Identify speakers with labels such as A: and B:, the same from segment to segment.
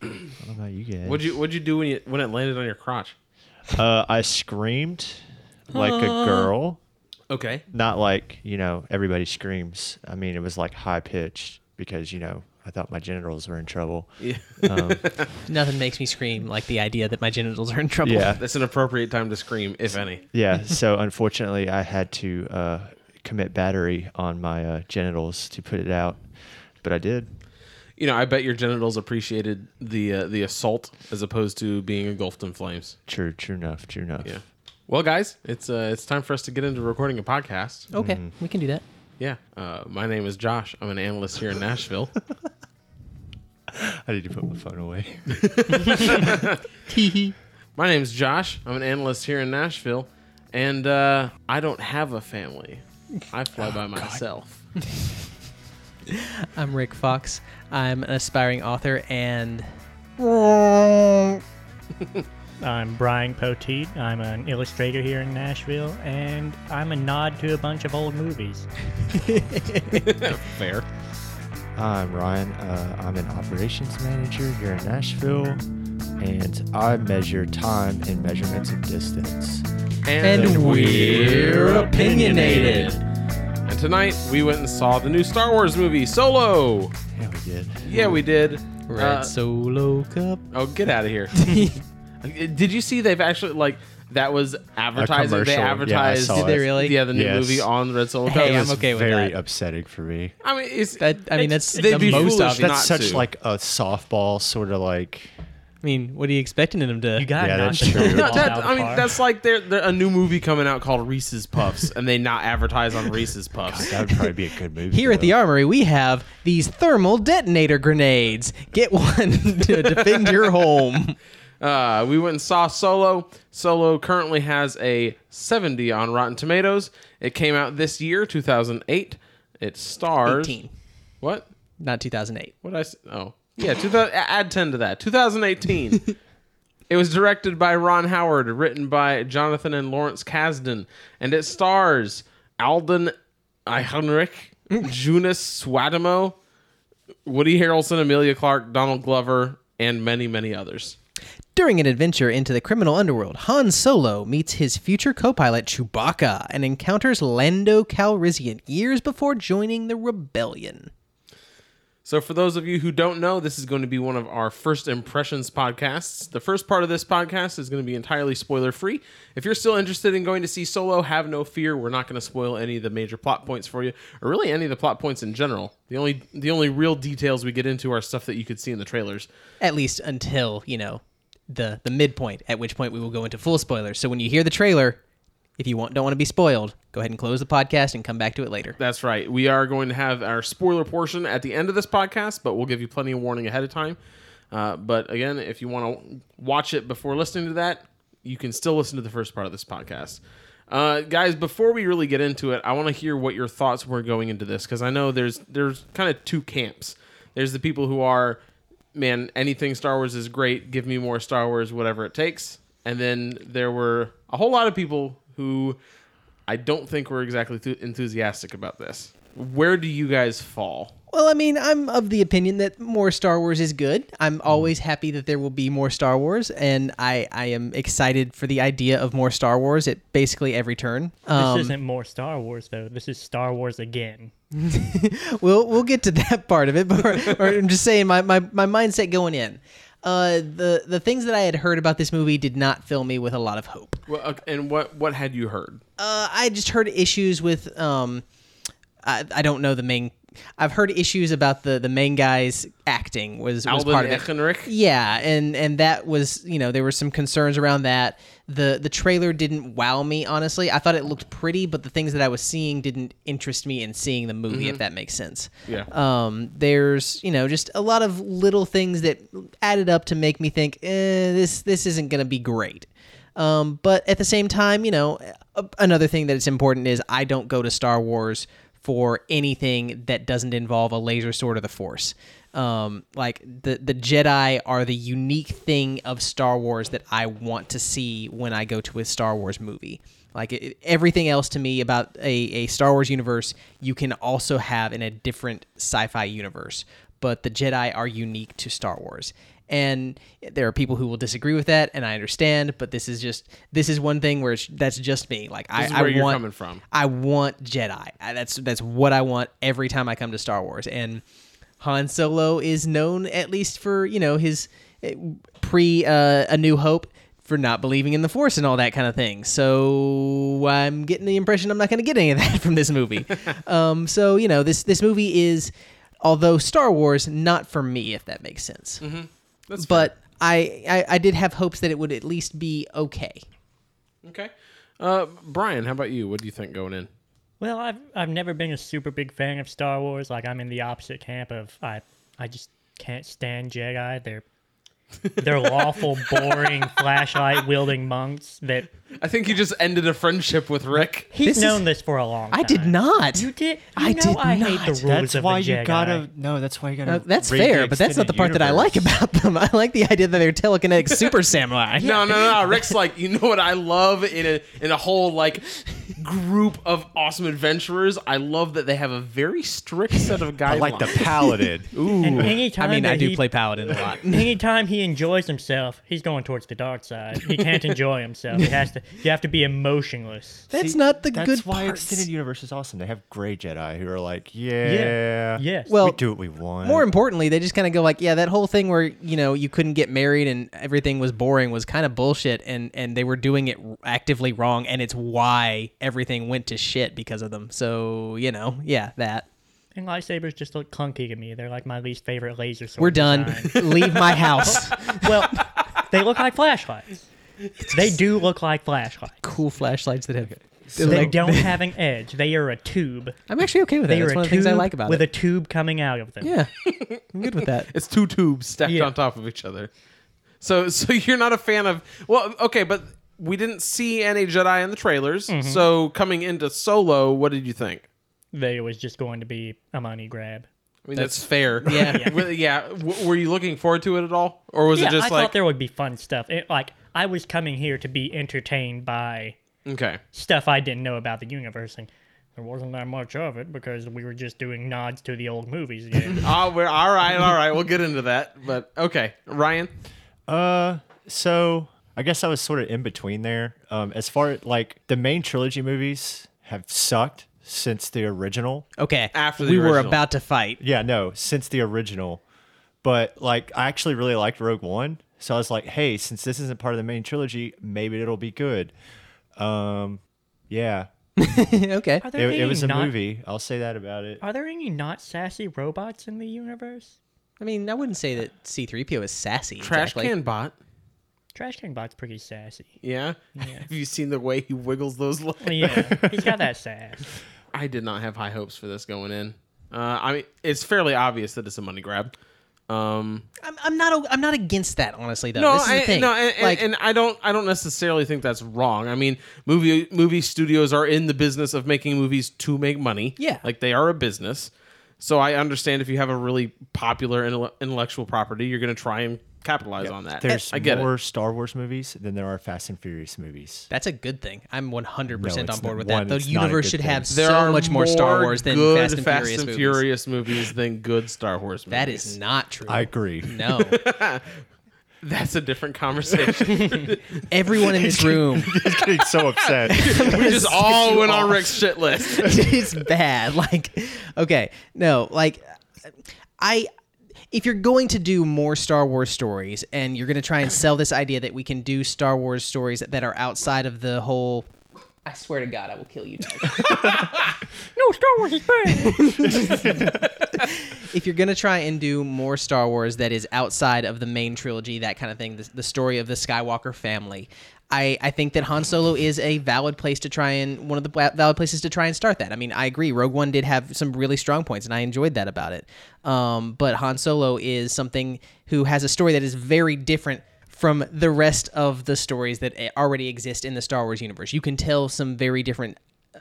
A: don't know about you guys.
B: What'd you What'd you do when you when it landed on your crotch?
A: Uh, I screamed like a girl.
B: Okay.
A: Not like you know everybody screams. I mean, it was like high pitched because you know I thought my genitals were in trouble.
B: Yeah.
C: Nothing makes me scream like the idea that my genitals are in trouble.
A: Yeah.
B: That's an appropriate time to scream, if any.
A: Yeah. So unfortunately, I had to uh, commit battery on my uh, genitals to put it out, but I did.
B: You know, I bet your genitals appreciated the uh, the assault as opposed to being engulfed in flames.
A: True. True enough. True enough.
B: Yeah. Well, guys, it's uh, it's time for us to get into recording a podcast.
C: Okay, we can do that.
B: Yeah. Uh, my name is Josh. I'm an analyst here in Nashville.
A: I need to put my phone away.
B: my name's Josh. I'm an analyst here in Nashville, and uh, I don't have a family. I fly
C: Oh,
B: by myself.
C: I'm Rick Fox. I'm an aspiring author and
D: I'm Brian Poteet. I'm an illustrator here in Nashville, and I'm a nod to a bunch of old movies.
B: Fair.
A: I'm Ryan. Uh, I'm an operations manager here in Nashville, and I measure time in measurements of distance.
C: And we're opinionated.
B: And tonight we went and saw the new Star Wars movie Solo.
A: Yeah, we did.
B: Yeah, we did.
C: Red
B: Uh,
C: Solo Cup.
B: oh, get out of here! did you see they've actually like that was advertising? They
A: commercial, yeah, I
B: advertised.
A: saw Did
C: they it. really?
B: Yeah, the new
A: Yes.
B: movie on Red Solo.
C: Hey,
B: Cup.
C: I'm okay with
A: Very
C: that.
A: upsetting for me.
B: I mean, it's
C: That- I mean,
B: it's-
C: that's
B: they'd
C: the
B: be
C: most
B: foolish
C: obvious-
B: not
A: That's such
B: to.
A: like a softball sort of like.
C: I mean, what are you expecting them to?
D: You got
A: Yeah,
D: knocked
A: that's
D: the
A: true.
D: ball
B: No,
D: out
B: that,
D: of
B: I
D: the
B: mean,
D: park.
B: that's like there there- a new movie coming out called Reese's Puffs, and they not advertise on Reese's Puffs.
A: That would probably be a good movie.
C: Here at
A: though.
C: the armory, we have these thermal detonator grenades. Get one to defend your home.
B: Uh, we went and saw Solo. Solo currently has a 70 on Rotten Tomatoes. It came out this year, 2008. It stars
C: 18,
B: what?
C: not 2008.
B: What I s- oh yeah, 2000, a- add 10 to that. 2018. it was directed by Ron Howard, written by Jonathan and Lawrence Kasdan, and it stars Alden Ehrenreich, Jonas Swadamo, Woody Harrelson, Amelia Clark, Donald Glover, and many many others.
C: During an adventure into the criminal underworld, Han Solo meets his future co-pilot Chewbacca and encounters Lando Calrissian years before joining the rebellion.
B: So, for those of you who don't know, this is going to be one of our first impressions podcasts. The first part of this podcast is going to be entirely spoiler free. If you're still interested in going to see Solo, have no fear. We're not going to spoil any of the major plot points for you, or really any of the plot points in general. The only the only real details we get into are stuff that you could see in the trailers.
C: At least until you know the the midpoint, at which point we will go into full spoilers. So when you hear the trailer, if you want don't want to be spoiled, go ahead and close the podcast and come back to it later.
B: That's right. We are going to have our spoiler portion at the end of this podcast, but we'll give you plenty of warning ahead of time. Uh, but again, if you want to watch it before listening to that, you can still listen to the first part of this podcast. Uh, guys, before we really get into it, I want to hear what your thoughts were going into this because I know there's there's kind of two camps. There's the people who are, man, anything Star Wars is great. Give me more Star Wars, whatever it takes. And then there were a whole lot of people who I don't think we're exactly th- enthusiastic about this. Where do you guys fall?
C: Well, I mean, I'm of the opinion that more Star Wars is good. I'm always happy that there will be more Star Wars, and I, I am excited for the idea of more Star Wars at basically every turn. Um,
D: this isn't more Star Wars though. This is Star Wars again.
C: we'll we'll get to that part of it, but or I'm just saying my, my, my mindset going in. Uh, the the things that I had heard about this movie did not fill me with a lot of hope.
B: Well, uh, and what what had you heard?
C: Uh, I just heard issues with um, I, I don't know the main. I've heard issues about the the main guy's acting was, was
B: Alvin
C: part of it.
B: Echenrich?
C: Yeah, and and that was you know there were some concerns around that. the The trailer didn't wow me honestly. I thought it looked pretty, but the things that I was seeing didn't interest me in seeing the movie. If that makes sense.
B: Yeah.
C: Um. There's you know just a lot of little things that added up to make me think eh, this this isn't gonna be great. Um. But at the same time, you know, a- another thing that it's important is I don't go to Star Wars for anything that doesn't involve a laser sword or the force. Um, like the the Jedi are the unique thing of Star Wars that I want to see when I go to a Star Wars movie. Like it, everything else to me about a, a Star Wars universe, you can also have in a different sci-fi universe, but the Jedi are unique to Star Wars. And there are people who will disagree with that, and I understand. But this is just this is one thing where it's, that's just me. Like I,
B: This is where
C: I
B: you're
C: want
B: coming from.
C: I want Jedi. I, that's that's what I want every time I come to Star Wars. And Han Solo is known at least for you know his eh, pre uh, A New Hope for not believing in the Force and all that kind of thing. So I'm getting the impression I'm not going to get any of that from this movie. um, so you know this this movie is, although Star Wars, not for me if that makes sense.
B: That's
C: But I, I I did have hopes that it would at least be okay.
B: Okay. Uh, Brian, how about you? What do you think going in?
D: Well, I've I've never been a super big fan of Star Wars. Like I'm in the opposite camp of I I just can't stand Jedi. They're they're lawful, boring, flashlight wielding monks that
B: I think you just ended a friendship with Rick.
D: he's
C: This is-
D: known this for a long time.
C: I did not.
D: You did. You
C: I
D: know
C: did
D: I
C: not.
D: hate the rules
E: That's
D: of
E: why
D: the
E: you
D: Jedi.
E: gotta no. That's why you gotta.
C: Uh, that's
E: read
C: fair, but that's not the
E: extended
C: part that I like
E: universe.
C: about them. I like the idea that they're telekinetic super samurai.
B: No, no, no, no. Rick's like, you know what I love in a in a whole like group of awesome adventurers. I love that they have a very strict set of guidelines.
E: I like the paladin. Ooh,
D: And anytime
C: I mean, I
D: that
C: do
D: he-
C: play paladin a lot.
D: Anytime he enjoys himself, he's going towards the dark side. He can't enjoy himself. He has to. You have to be emotionless.
C: That's
E: See,
C: not the
E: that's
C: good
E: why
C: parts.
E: extended universe is awesome. They have gray Jedi who are like,
D: Yeah.
E: yeah,
D: Yes.
C: Well,
E: we do what we want.
C: More importantly, they just kind of go like, yeah, that whole thing where you know you couldn't get married and everything was boring was kind of bullshit, and and they were doing it actively wrong, and it's why everything went to shit because of them. So you know, yeah, that
D: and lightsabers just look clunky to me. They're like my least favorite laser sword.
C: we're done.
D: design.
C: Leave my house.
D: well, they look like flashlights. They do look like flashlights.
C: cool flashlights that have.
D: They don't have an edge. They are a tube.
C: I'm actually okay with that.
D: They are
C: That's
D: a
C: one of the
D: tube
C: things I like about
D: with
C: it.
D: a tube coming out of them.
C: yeah, I'm good with that.
B: It's two tubes stacked
D: Yeah.
B: on top of each other. So so you're not a fan of well, okay, but we didn't see any Jedi in the trailers. So coming into Solo, what did you think?
D: They was just going to be a money grab.
B: I mean, that's, fair.
C: Yeah.
B: yeah. Well, yeah. W- were you looking forward to it at all, or was
D: yeah,
B: it just
D: I
B: like
D: thought there would be fun stuff. It, like I was coming here to be entertained by
B: okay?
D: stuff I didn't know about the universe, and there wasn't that much of it because we were just doing nods to the old movies. Again.
B: Oh, we're all right, all right. We'll get into that, but okay, Ryan.
E: Uh, so I guess I was sort of in between there. Um, as far like the main trilogy movies have sucked since the original.
C: Okay.
B: After the
C: we were
B: original.
C: about to fight.
E: Yeah, no, since the original. But like, I actually really liked Rogue One, so I was like, hey, since this isn't part of the main trilogy, maybe it'll be good. Um, yeah,
C: okay.
D: Are there
E: it, it
D: any
E: was a
D: not-
E: movie. I'll say that about it.
D: Are there any not sassy robots in the universe?
C: I mean, I wouldn't say that C3PO is sassy.
B: Trash
C: exactly.
B: can bot.
D: Trash King Bot's pretty sassy.
B: Yeah? Have you seen the way he wiggles those legs?
D: Yeah, he's got that sass.
B: I did not have high hopes for this going in. Uh, I mean, it's fairly obvious that it's a money grab. Um,
C: I'm, I'm not. o- I'm not against that, honestly. Though.
B: no,
C: this is the
B: I,
C: thing.
B: no, and,
C: like,
B: and, and I don't, I don't necessarily think that's wrong. I mean, movie movie studios are in the business of making movies to make money.
C: Yeah.
B: like they are a business. So I understand if you have a really popular intelle- intellectual property, you're going to try and capitalize on that.
E: There's
B: I get it.
E: more Star Wars movies than there are Fast and Furious movies.
C: that's a good thing. I'm 100 percent
E: No,
C: on
E: it's
C: board
E: not-
C: with
E: one,
C: that. The
E: it's not a
C: universe
E: good
C: should
E: thing.
C: have
B: There
C: so
B: are
C: much more Star Wars than
B: good
C: Fast and Furious
B: and
C: movies.
B: Furious movies than good Star Wars movies.
C: That is not true.
E: I agree.
C: No,
B: that's a different conversation.
C: everyone in this room,
E: He's getting so upset.
B: we just all went on Rick's shit list.
C: it's bad. Like, okay, no, like, I. If you're going to do more Star Wars stories and you're going to try and sell this idea that we can do Star Wars stories that are outside of the whole, I swear to God, I will kill you. Dog.
D: No, Star Wars is bad.
C: if you're gonna try and do more Star Wars that is outside of the main trilogy, that kind of thing, the, the story of the Skywalker family, I, I think that Han Solo is a valid place to try and one of the wa- valid places to try and start that. I mean, I agree. Rogue One did have some really strong points, and I enjoyed that about it. Um, but Han Solo is something who has a story that is very different from the rest of the stories that eh, already exist in the Star Wars universe. You can tell some very different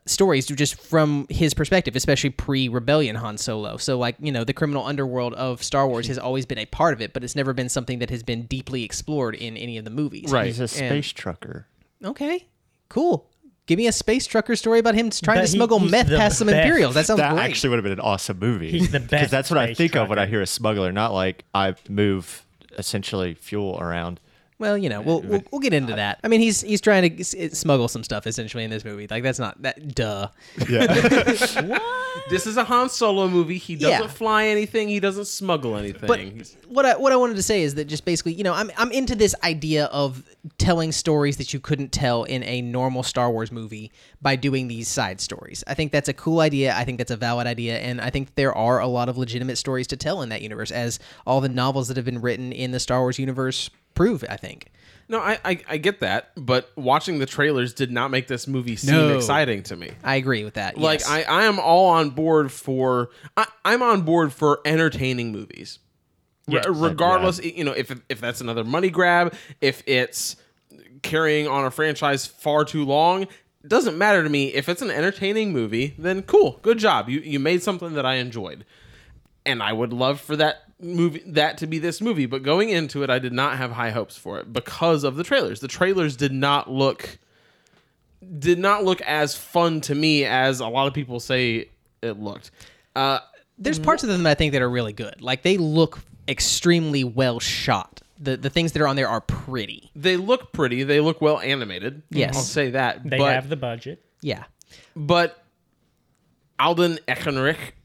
C: stories just from his perspective, especially pre-rebellion Han Solo. So like, you know, the criminal underworld of Star Wars has always been a part of it, but it's never been something that has been deeply explored in any of the movies.
B: Right.
E: He's a space trucker.
C: Okay. Cool. Give me a space trucker story about him trying
D: But
C: to
D: he-
C: smuggle
D: he's
C: meth
D: the
C: past some
D: best.
C: Imperials. That sounds
E: That
C: great.
E: actually would have been an awesome movie.
D: He's the best
E: that's what I
D: space
E: think of when I hear a smuggler, not like I move essentially fuel around.
C: Well, you know, we'll we'll, we'll get into that. I mean, he's he's trying to s- smuggle some stuff essentially in this movie. Like that's not that duh.
B: This is a Han Solo movie. He doesn't
C: Yeah.
B: fly anything. He doesn't smuggle anything. He's-
C: What I what I wanted to say is that just basically, you know, I'm I'm into this idea of telling stories that you couldn't tell in a normal Star Wars movie by doing these side stories. I think that's a cool idea. I think that's a valid idea, and I think there are a lot of legitimate stories to tell in that universe, as all the novels that have been written in the Star Wars universe prove. I think.
B: no, I, I I get that, but watching the trailers did not make this movie seem
C: No.
B: exciting to me.
C: I agree with that.
B: Like
C: yes.
B: I, I am all on board for I, I'm on board for entertaining movies, Re-
D: Yes.
B: regardless. You know, if if that's another money grab, if it's carrying on a franchise far too long, it doesn't matter to me. If it's an entertaining movie, then cool, good job. You you made something that I enjoyed, and I would love for that movie that to be this movie. But going into it, I did not have high hopes for it because of the trailers. The trailers did not look did not look as fun to me as a lot of people say it looked. Uh,
C: there's parts of them that I think that are really good. Like they look extremely well shot. The the things that are on there are pretty.
B: they look pretty. They look well animated.
C: Yes.
B: I'll say that.
D: They
B: but,
D: have the budget.
C: Yeah.
B: but Alden Ehrenreich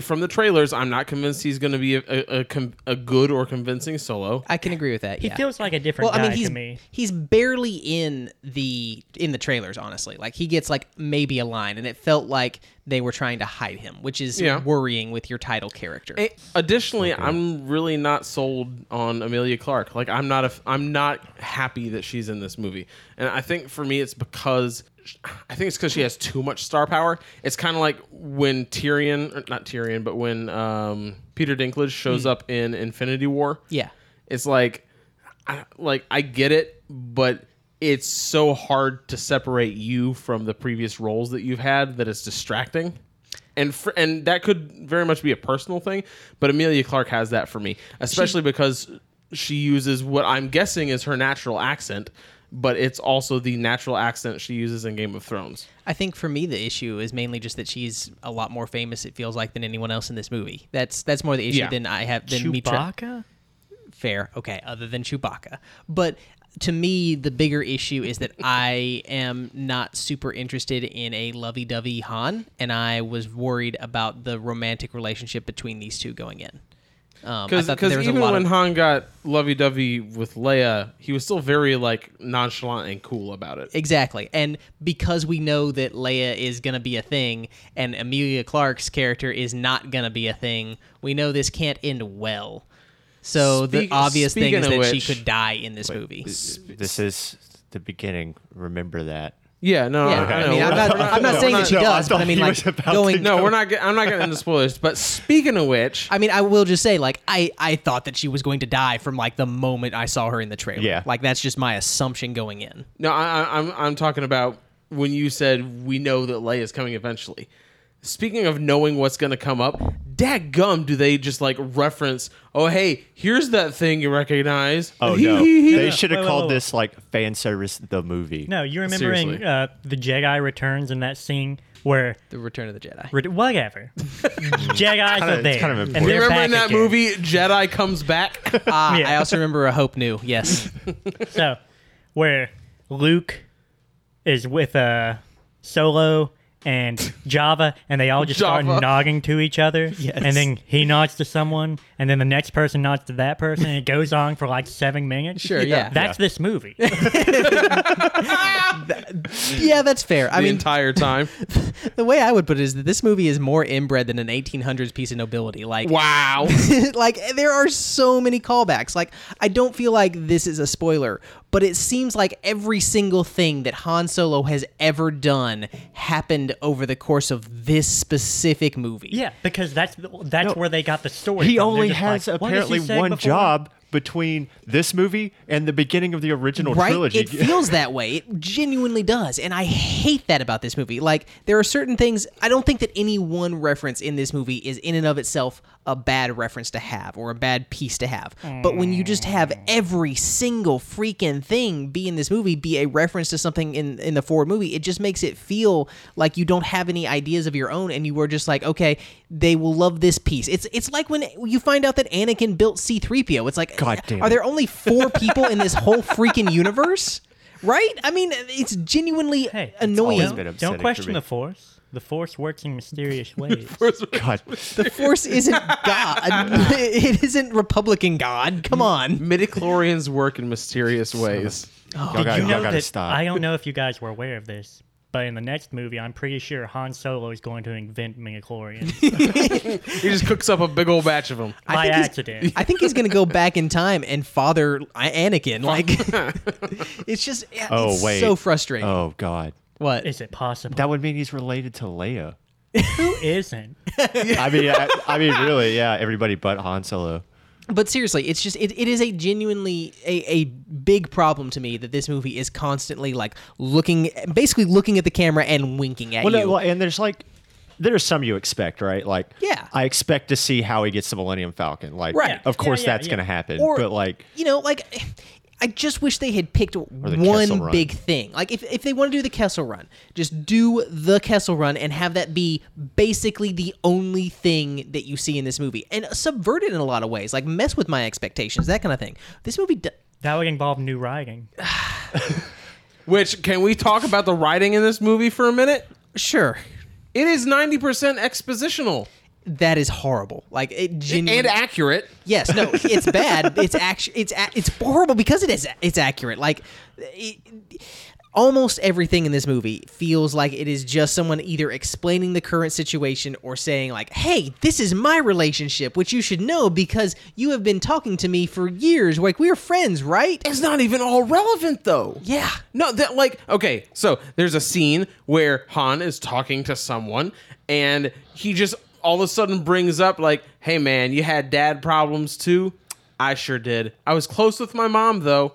B: from the trailers, I'm not convinced he's going to be a, a, a, com- a good or convincing solo.
C: I can agree with that.
D: He
C: yeah.
D: feels like a different
C: well, I mean,
D: guy
C: he's
D: to me.
C: he's barely in the in the trailers. Honestly, like he gets like maybe a line, and it felt like they were trying to hide him, which is
B: Yeah.
C: worrying with your title character.
B: A- Additionally, I'm really not sold on Amelia Clark. Like I'm not a f- I'm not happy that she's in this movie. And I think for me it's because I think it's cuz she has too much star power. It's kind of like when Tyrion or not Tyrion, but when um, Peter Dinklage shows up in Infinity War.
C: yeah.
B: It's like I, like I get it, but it's so hard to separate you from the previous roles that you've had that it's distracting. And fr- and that could very much be a personal thing, but Amelia Clark has that for me, especially because she uses what I'm guessing is her natural accent, but it's also the natural accent she uses in Game of Thrones.
C: I think for me the issue is mainly just that she's a lot more famous. It feels like than anyone else in this movie. That's that's more the issue
B: Yeah.
C: than I have than me. tra- fair. Okay, other than Chewbacca. But to me, the bigger issue is that I am not super interested in a lovey dovey Han, and I was worried about the romantic relationship between these two going in. Um, I
B: Because
C: thought that there was a
B: even
C: lot
B: when
C: of.
B: Han got lovey dovey with Leia, he was still very like nonchalant and cool about it.
C: Exactly. And because we know that Leia is going to be a thing and Amelia Clark's character is not going to be a thing, we know this can't end well. So
B: Speak-
C: the obvious thing
B: speaking
C: is
B: of
C: that she
B: which-
C: could die in this movie.
E: This is the beginning. Remember that.
B: Yeah, no,
C: Yeah,
B: I,
C: I mean,
B: know.
C: I'm
B: We're
C: not, I'm not saying that she
E: No, I
C: does, but I
E: thought
C: mean,
E: he
C: like
E: was about
C: going.
E: to-
B: No, we're not. Get, I'm not getting into spoilers. But speaking of which,
C: I mean, I will just say, like, I I thought that she was going to die from like the moment I saw her in the trailer.
E: Yeah.
C: like that's just my assumption going in.
B: no, I, I, I'm I'm talking about when you said we know that Leia is coming eventually. Speaking of knowing what's going to come up, daggum, do they just like reference? Oh, hey, here's that thing you recognize.
E: Oh no! they should
D: Wait,
E: have
D: wait,
E: called
D: wait.
E: this like fan service. The movie.
D: No, you're remembering
B: Seriously.
D: uh, the Jedi Returns in that scene where
C: The Return of the Jedi.
D: re- whatever Jedi's
E: kinda-
D: are there,
E: it's kind of
D: and
E: important.
D: they're
B: Remember in
D: back
B: that
D: again.
B: movie, Jedi comes back.
C: Ah,
D: Yeah.
C: I also remember a Hope New. Yes,
D: So, where Luke is with uh, Solo and Java, and they all just
B: Java.
D: start nodding to each other. And then he nods to someone, and then the next person nods to that person, and it goes on for like seven minutes.
C: Sure, Yeah. yeah.
D: That's this movie.
C: yeah, that's fair. I
B: the
C: mean,
B: entire time.
C: the way I would put it is that this movie is more inbred than an 1800s piece of nobility. Like,
B: Wow.
C: like there are so many callbacks. Like I don't feel like this is a spoiler, but it seems like every single thing that Han Solo has ever done happened over the course of this specific movie.
D: yeah, because that's the- that's where they got the story.
E: He
D: from. They're
E: only
D: just
E: has
D: like, "What does he
E: apparently
D: say
E: one
D: before?"
E: job between this movie and the beginning of the original
C: Right?
E: trilogy.
C: It feels that way. It genuinely does. And I hate that about this movie. Like, there are certain things, I don't think that any one reference in this movie is in and of itself a bad reference to have or a bad piece to have. But when you just have every single freaking thing be in this movie be a reference to something in, in the forward movie, it just makes it feel like you don't have any ideas of your own and you were just like, okay, they will love this piece. It's it's like when you find out that Anakin built C3PO. It's like
E: God damn
C: Are
E: it.
C: there only four people in this whole freaking universe? Right? I mean, it's genuinely
D: Hey, it's
E: always
C: annoying.
E: been a-
D: Don't,
E: upsetting
D: don't
E: for
D: question
E: me.
D: the force. The force works in mysterious ways.
E: God.
C: The Force isn't God. it isn't Republican God. Come on.
B: Midichlorians work in mysterious ways.
E: Y'all got,
D: You know
E: y'all got to
D: that-
E: stop.
D: I don't know if you guys were aware of this, but in the next movie, I'm pretty sure Han Solo is going to invent midichlorians
B: He just cooks up a big old batch of them.
D: by
C: think he's-
D: accident.
C: I think he's gonna go back in time and father Anakin. Like, it's just yeah,
E: oh,
C: it's
E: wait.
C: so frustrating.
E: Oh, God.
C: what?
D: Is it possible?
E: That would mean he's related to Leia.
D: Who isn't?
E: I mean, I, I mean, really, yeah, everybody but Han Solo.
C: But seriously, it's just it, it is a genuinely a, a big problem to me that this movie is constantly like looking, basically looking at the camera and winking at
E: Well,
C: you.
E: no, well, and there's like, there's some you expect, right? Like,
C: Yeah.
E: I expect to see how he gets the Millennium Falcon. Like,
C: Right.
E: of
D: Yeah,
E: course
D: yeah,
E: that's
D: yeah.
E: gonna happen.
C: Or-
E: but like,
C: you know, like I just wish they had picked
E: the Kessel
C: one
E: Run.
C: big thing. Like if if they want to do the Kessel Run, just do the Kessel Run and have that be basically the only thing that you see in this movie and subvert it in a lot of ways. Like mess with my expectations, that kind of thing. This movie. Do-
D: That would involve new writing.
B: Which can we talk about the writing in this movie for a minute?
C: Sure,
B: It is ninety percent expositional
C: that is horrible. Like it genuinely.
B: and accurate.
C: Yes, no, it's bad. It's actually it's a- it's horrible because it is it's accurate. Like it, almost everything in this movie feels like it is just someone either explaining the current situation or saying like, "Hey, this is my relationship, which you should know because you have been talking to me for years. Like we're friends, right?"
B: It's not even all relevant though.
C: Yeah.
B: No, that like okay, so there's a scene where Han is talking to someone and he just all of a sudden brings up like, "Hey man, you had dad problems too? I sure did. I was close with my mom though."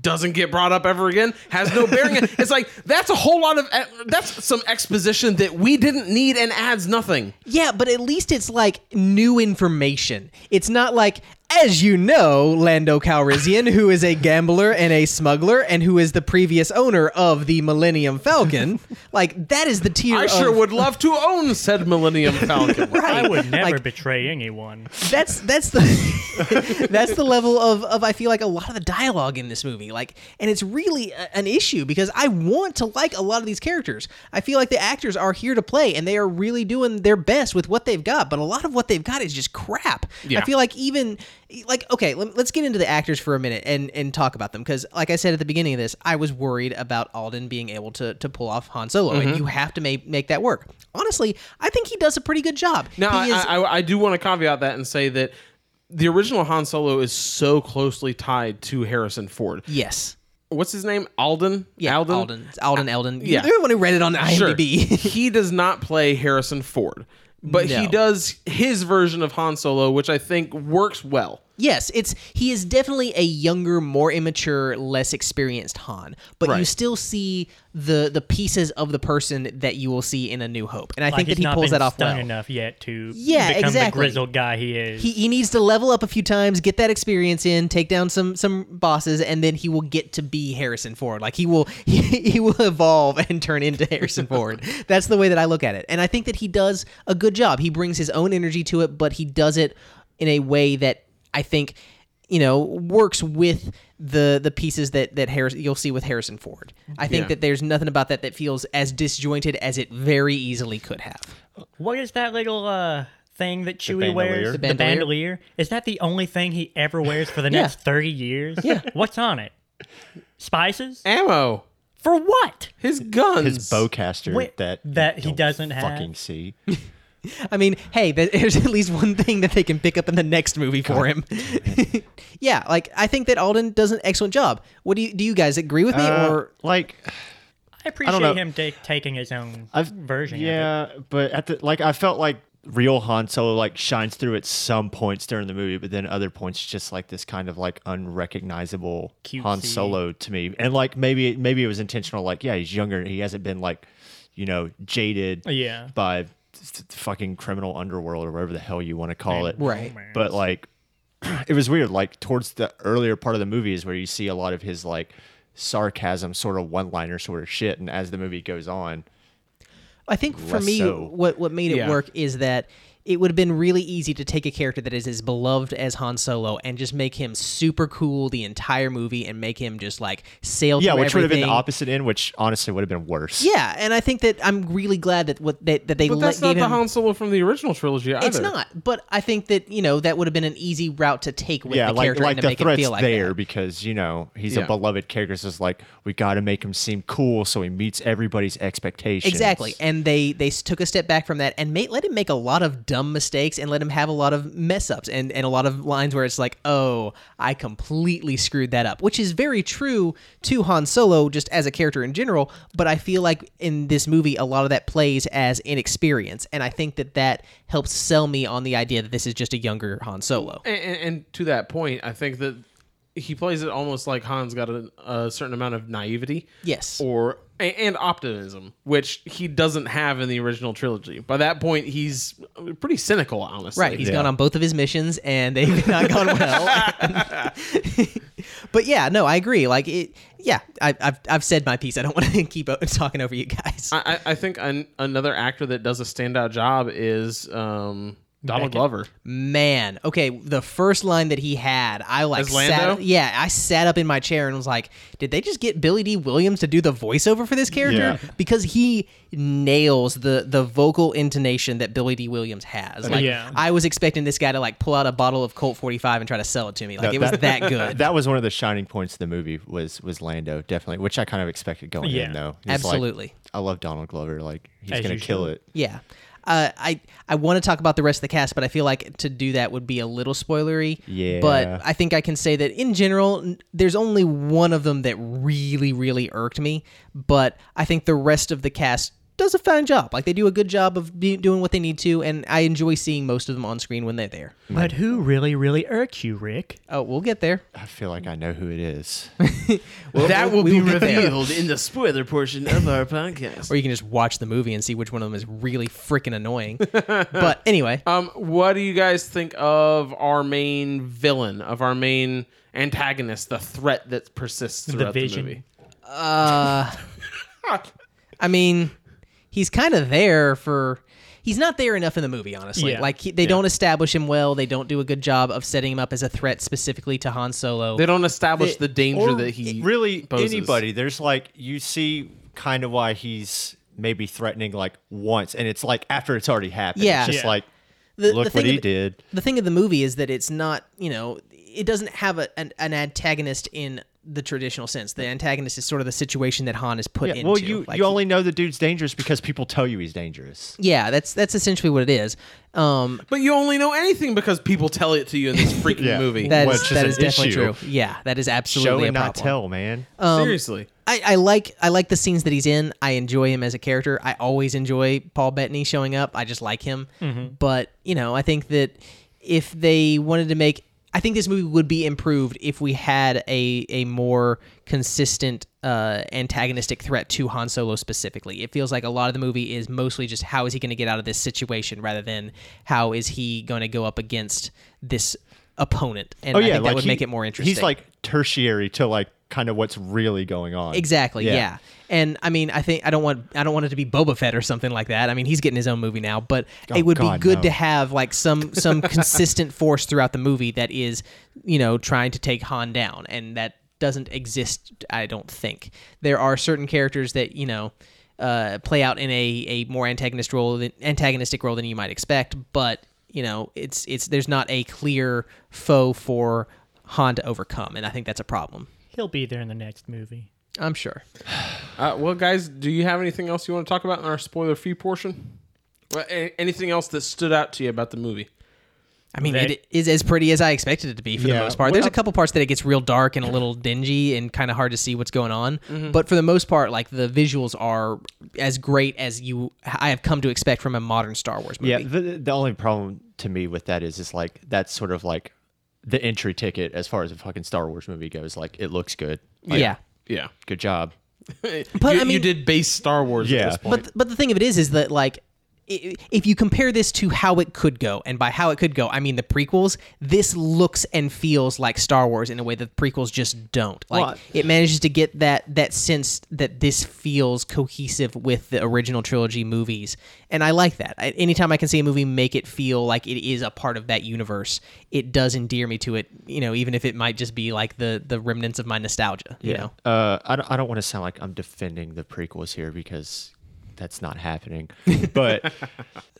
B: Doesn't get brought up ever again. Has no bearing. it's like that's a whole lot of eh, that's some exposition that we didn't need and adds nothing.
C: Yeah, but at least it's like new information. It's not like, as you know, Lando Calrissian, who is a gambler and a smuggler, and who is the previous owner of the Millennium Falcon. like that is the tier.
B: I sure
C: of-
B: would love to own said Millennium Falcon.
D: I would never
C: Like-
D: betray anyone.
C: That's that's the that's the level of of I feel like a lot of the dialogue in this movie. Like, and it's really a, an issue because I want to like a lot of these characters. I feel like the actors are here to play and they are really doing their best with what they've got. But a lot of what they've got is just crap. I
B: Yeah.
C: feel like even like okay, let, us get into the actors for a minute and and talk about them because like I said at the beginning of this, I was worried about Alden being able to to pull off Han Solo,
B: Mm-hmm.
C: and you have to make make that work. Honestly, I think he does a pretty good job.
B: Now, I,
C: he is,
B: I, I- I do want to caveat that and say that the original Han Solo is so closely tied to Harrison Ford.
C: yes.
B: What's his name? Alden?
C: Yeah, Alden. Alden. It's Alden Eldon.
B: yeah.
C: You're the one who read it on
B: Sure.
C: IMDb.
B: he does not play Harrison Ford, but he
C: No.
B: does his version of Han Solo, which I think works well.
C: yes, it's he is definitely a younger, more immature, less experienced Han, but you
B: Right.
C: still see the the pieces of the person that you will see in A New Hope, and I
D: Like
C: think
D: he's
C: that he
D: not
C: pulls
D: been
C: that off
D: stung
C: well.
D: enough yet to
C: Yeah,
D: become the
C: exactly.
D: grizzled guy he is.
C: He, he needs to level up a few times, get that experience in, take down some some bosses, and then he will get to be Harrison Ford. Like he will he, he will evolve and turn into Harrison Ford. That's the way that I look at it, and I think that he does a good job. He brings his own energy to it, but he does it in a way that I think you know works with the the pieces that that Harris you'll see with Harrison Ford. I think
B: Yeah.
C: that there's nothing about that that feels as disjointed as it very easily could have.
D: What is that little uh thing that Chewie
E: bandolier?
D: wears?
E: The
C: bandolier?
D: Is that the only thing he ever wears for the next thirty years? Yeah. What's on it? Spices?
B: Ammo.
D: For what?
B: His guns.
E: his bowcaster
D: Wait,
E: that
D: that he
E: you don't
D: doesn't have.
E: fucking see.
C: I mean, hey, th- there's at least one thing that they can pick up in the next movie for him. yeah, like I think that Alden does an excellent job. What do you do? You guys agree with me,
E: Uh,
C: or
E: like,
D: I appreciate
E: know.
D: him ta- taking his own
E: I've
D: version. of it.
E: Yeah, but at the like, I felt like real Han Solo like shines through at some points during the movie, but then other points just like this kind of like unrecognizable Han
D: Cutesy.
E: Solo to me, and like maybe maybe it was intentional. Like, yeah, he's younger, he hasn't been like, you know, jaded,
D: Yeah.
E: by th- fucking criminal underworld or whatever the hell you want to call it,
C: right?
E: but like it was weird like towards the earlier part of the movie is where you see a lot of his like sarcasm sort of one liner sort of shit and as the movie goes on
C: I think for
E: less
C: me,
E: so.
C: what what made it
B: Yeah.
C: work is that it would have been really easy to take a character that is as beloved as Han Solo and just make him super cool the entire movie and make him just like sail
E: Yeah,
C: through
E: which would have been the
C: everything.
E: opposite end, which honestly would have been worse.
C: Yeah, and I think that I'm really glad that what that, that they
B: But
C: let,
B: that's not
C: gave
B: the
C: him.
B: Han Solo from the original trilogy either.
C: it's not, but I think that you know that would have been an easy route to take with
E: yeah,
C: the
E: like
C: character
E: like
C: and to
E: the
C: make it
E: threat's
C: feel like
E: there
C: that.
E: because you know he's
B: Yeah.
E: a beloved character. So it's like we got to make him seem cool so he meets everybody's expectations.
C: Exactly, and they they s- took a step back from that and made, let him make a lot of dumb mistakes and let him have a lot of mess ups and and a lot of lines where it's like, oh, I completely screwed that up, which is very true to Han Solo just as a character in general. But I feel like in this movie, a lot of that plays as inexperience, and I think that that helps sell me on the idea that this is just a younger Han Solo.
B: And, and, and to that point, I think that he plays it almost like Han's got a, a certain amount of naivety.
C: Yes.
B: Or a- and optimism, which he doesn't have in the original trilogy. By that point, he's pretty cynical, honestly.
C: Right, he's gone on both of his missions, and they've not gone well. but yeah, no, I agree. Like it, yeah, I, I've I've said my piece. I don't want to keep o- talking over you guys.
B: I, I I think an, another actor that does a standout job is um, Donald
D: Beckett.
B: Glover.
C: Man, okay, the first line that he had, I like
B: As
C: sat.
B: Lando?
C: Yeah, I sat up in my chair and was like, "Did they just get Billy D. Williams to do the voiceover for this character?
E: Yeah.
C: Because he nails the the vocal intonation that Billy D. Williams has. Like,
D: Yeah.
C: I was expecting this guy to like pull out a bottle of Colt 45 and try to sell it to me. Like it was that good.
E: That was one of the shining points of the movie was was Lando definitely, which I kind of expected going in
D: Yeah.
E: though. It's like,
C: Absolutely.
E: I love Donald Glover. Like he's
D: As
E: gonna
D: you
E: kill
D: should.
E: it.
C: Yeah. Uh, I I want to talk about the rest of the cast, but I feel like to do that would be a little spoilery.
E: Yeah.
C: But I think I can say that in general, n- there's only one of them that really, really irked me. But I think the rest of the cast does a fine job. Like they do a good job of be, doing what they need to, and I enjoy seeing most of them on screen when they're there.
D: But who really, really irked you, Rick?
C: Oh, we'll get there.
E: I feel like I know who it is.
B: that
C: will we be will get there.
B: in the spoiler portion of our podcast.
C: Or you can just watch the movie and see which one of them is really freaking annoying. but anyway,
B: Um, what do you guys think of our main villain, of our main antagonist, the threat that persists throughout the,
D: Vision.
B: movie?
C: I mean, he's kind of there for. He's not there enough in the movie, honestly.
D: Yeah.
C: Like he, they don't establish him well. They don't do a good job of setting him up as a threat specifically to Han Solo.
B: They don't establish
C: They-
B: the danger that he
E: really
B: poses.
E: anybody. There's like you see kind of why he's maybe threatening like once, and it's like after it's already happened.
C: Yeah.
E: it's just
D: Yeah.
E: like
C: The- the
E: look
C: thing
E: what he
C: ab-
E: did.
C: the thing of the movie is that it's not you know it doesn't have a, an, an antagonist in the traditional sense. The antagonist is sort of the situation that Han is put into.
E: well, you
C: Like,
E: you only know the dude's dangerous because people tell you he's dangerous.
C: yeah, that's that's essentially what it is. Um,
B: But you only know anything because people tell it to you in this freaking
E: Yeah.
B: movie.
C: that is
E: Which is
C: that
E: an
C: is definitely
E: issue.
C: true. Yeah, that is absolutely
E: Show
C: a
E: and not
C: problem.
E: tell, man.
C: Um,
B: Seriously.
C: I, I like I like the scenes that he's in. I enjoy him as a character. I always enjoy Paul Bettany showing up. I just like him.
E: Mm-hmm.
C: But you know, I think that if they wanted to make, I think this movie would be improved if we had a a more consistent uh, antagonistic threat to Han Solo specifically. It feels like a lot of the movie is mostly just how is he going to get out of this situation rather than how is he going to go up against this opponent. And
E: Oh
C: I
E: yeah,
C: think
E: like
C: that would
E: he-
C: make it more interesting.
E: He's like tertiary to like kind of what's really going on.
C: Exactly. Yeah.
E: Yeah.
C: And I mean, I think I don't want I don't want it to be Boba Fett or something like that. I mean, he's getting his own movie now, but it would
E: Oh, God,
C: be good
E: no.
C: to have like some some consistent force throughout the movie that is, you know, trying to take Han down, and that doesn't exist. I don't think there are certain characters that you know. Uh, play out in a, a more antagonist role than, antagonistic role than you might expect, but you know it's it's there's not a clear foe for Han to overcome, and I think that's a problem.
D: He'll be there in the next movie.
C: I'm sure.
B: Uh, well, guys, do you have anything else you want to talk about in our spoiler free portion? Well, a- anything else that stood out to you about the movie?
C: I mean,
D: They-
C: it is as pretty as I expected it to be for the
E: Yeah.
C: most part. There's a couple parts that it gets real dark and a little dingy and kind of hard to see what's going on. But for the most part, like the visuals are as great as you I have come to expect from a modern Star Wars movie.
E: Yeah, the, the only problem to me with that is it's like that's sort of like the entry ticket as far as a fucking Star Wars movie goes. Like it looks good. Like,
C: yeah.
B: Yeah.
E: Good job.
B: but
C: I
B: you,
C: mean-
B: you did base Star Wars
E: Yeah.
B: at this point.
C: But but the thing of it is is that like i- if you compare this to how it could go, and by how it could go, I mean the prequels, this looks and feels like Star Wars in a way that the prequels just don't. Like
E: Well,
C: it manages to get that that sense that this feels cohesive with the original trilogy movies, and I like that. I, anytime I can see a movie make it feel like it is a part of that universe, it does endear me to it. You know, even if it might just be like the the remnants of my nostalgia. You know,
E: Uh, I don't, I don't want to sound like I'm defending the prequels here because that's not happening. But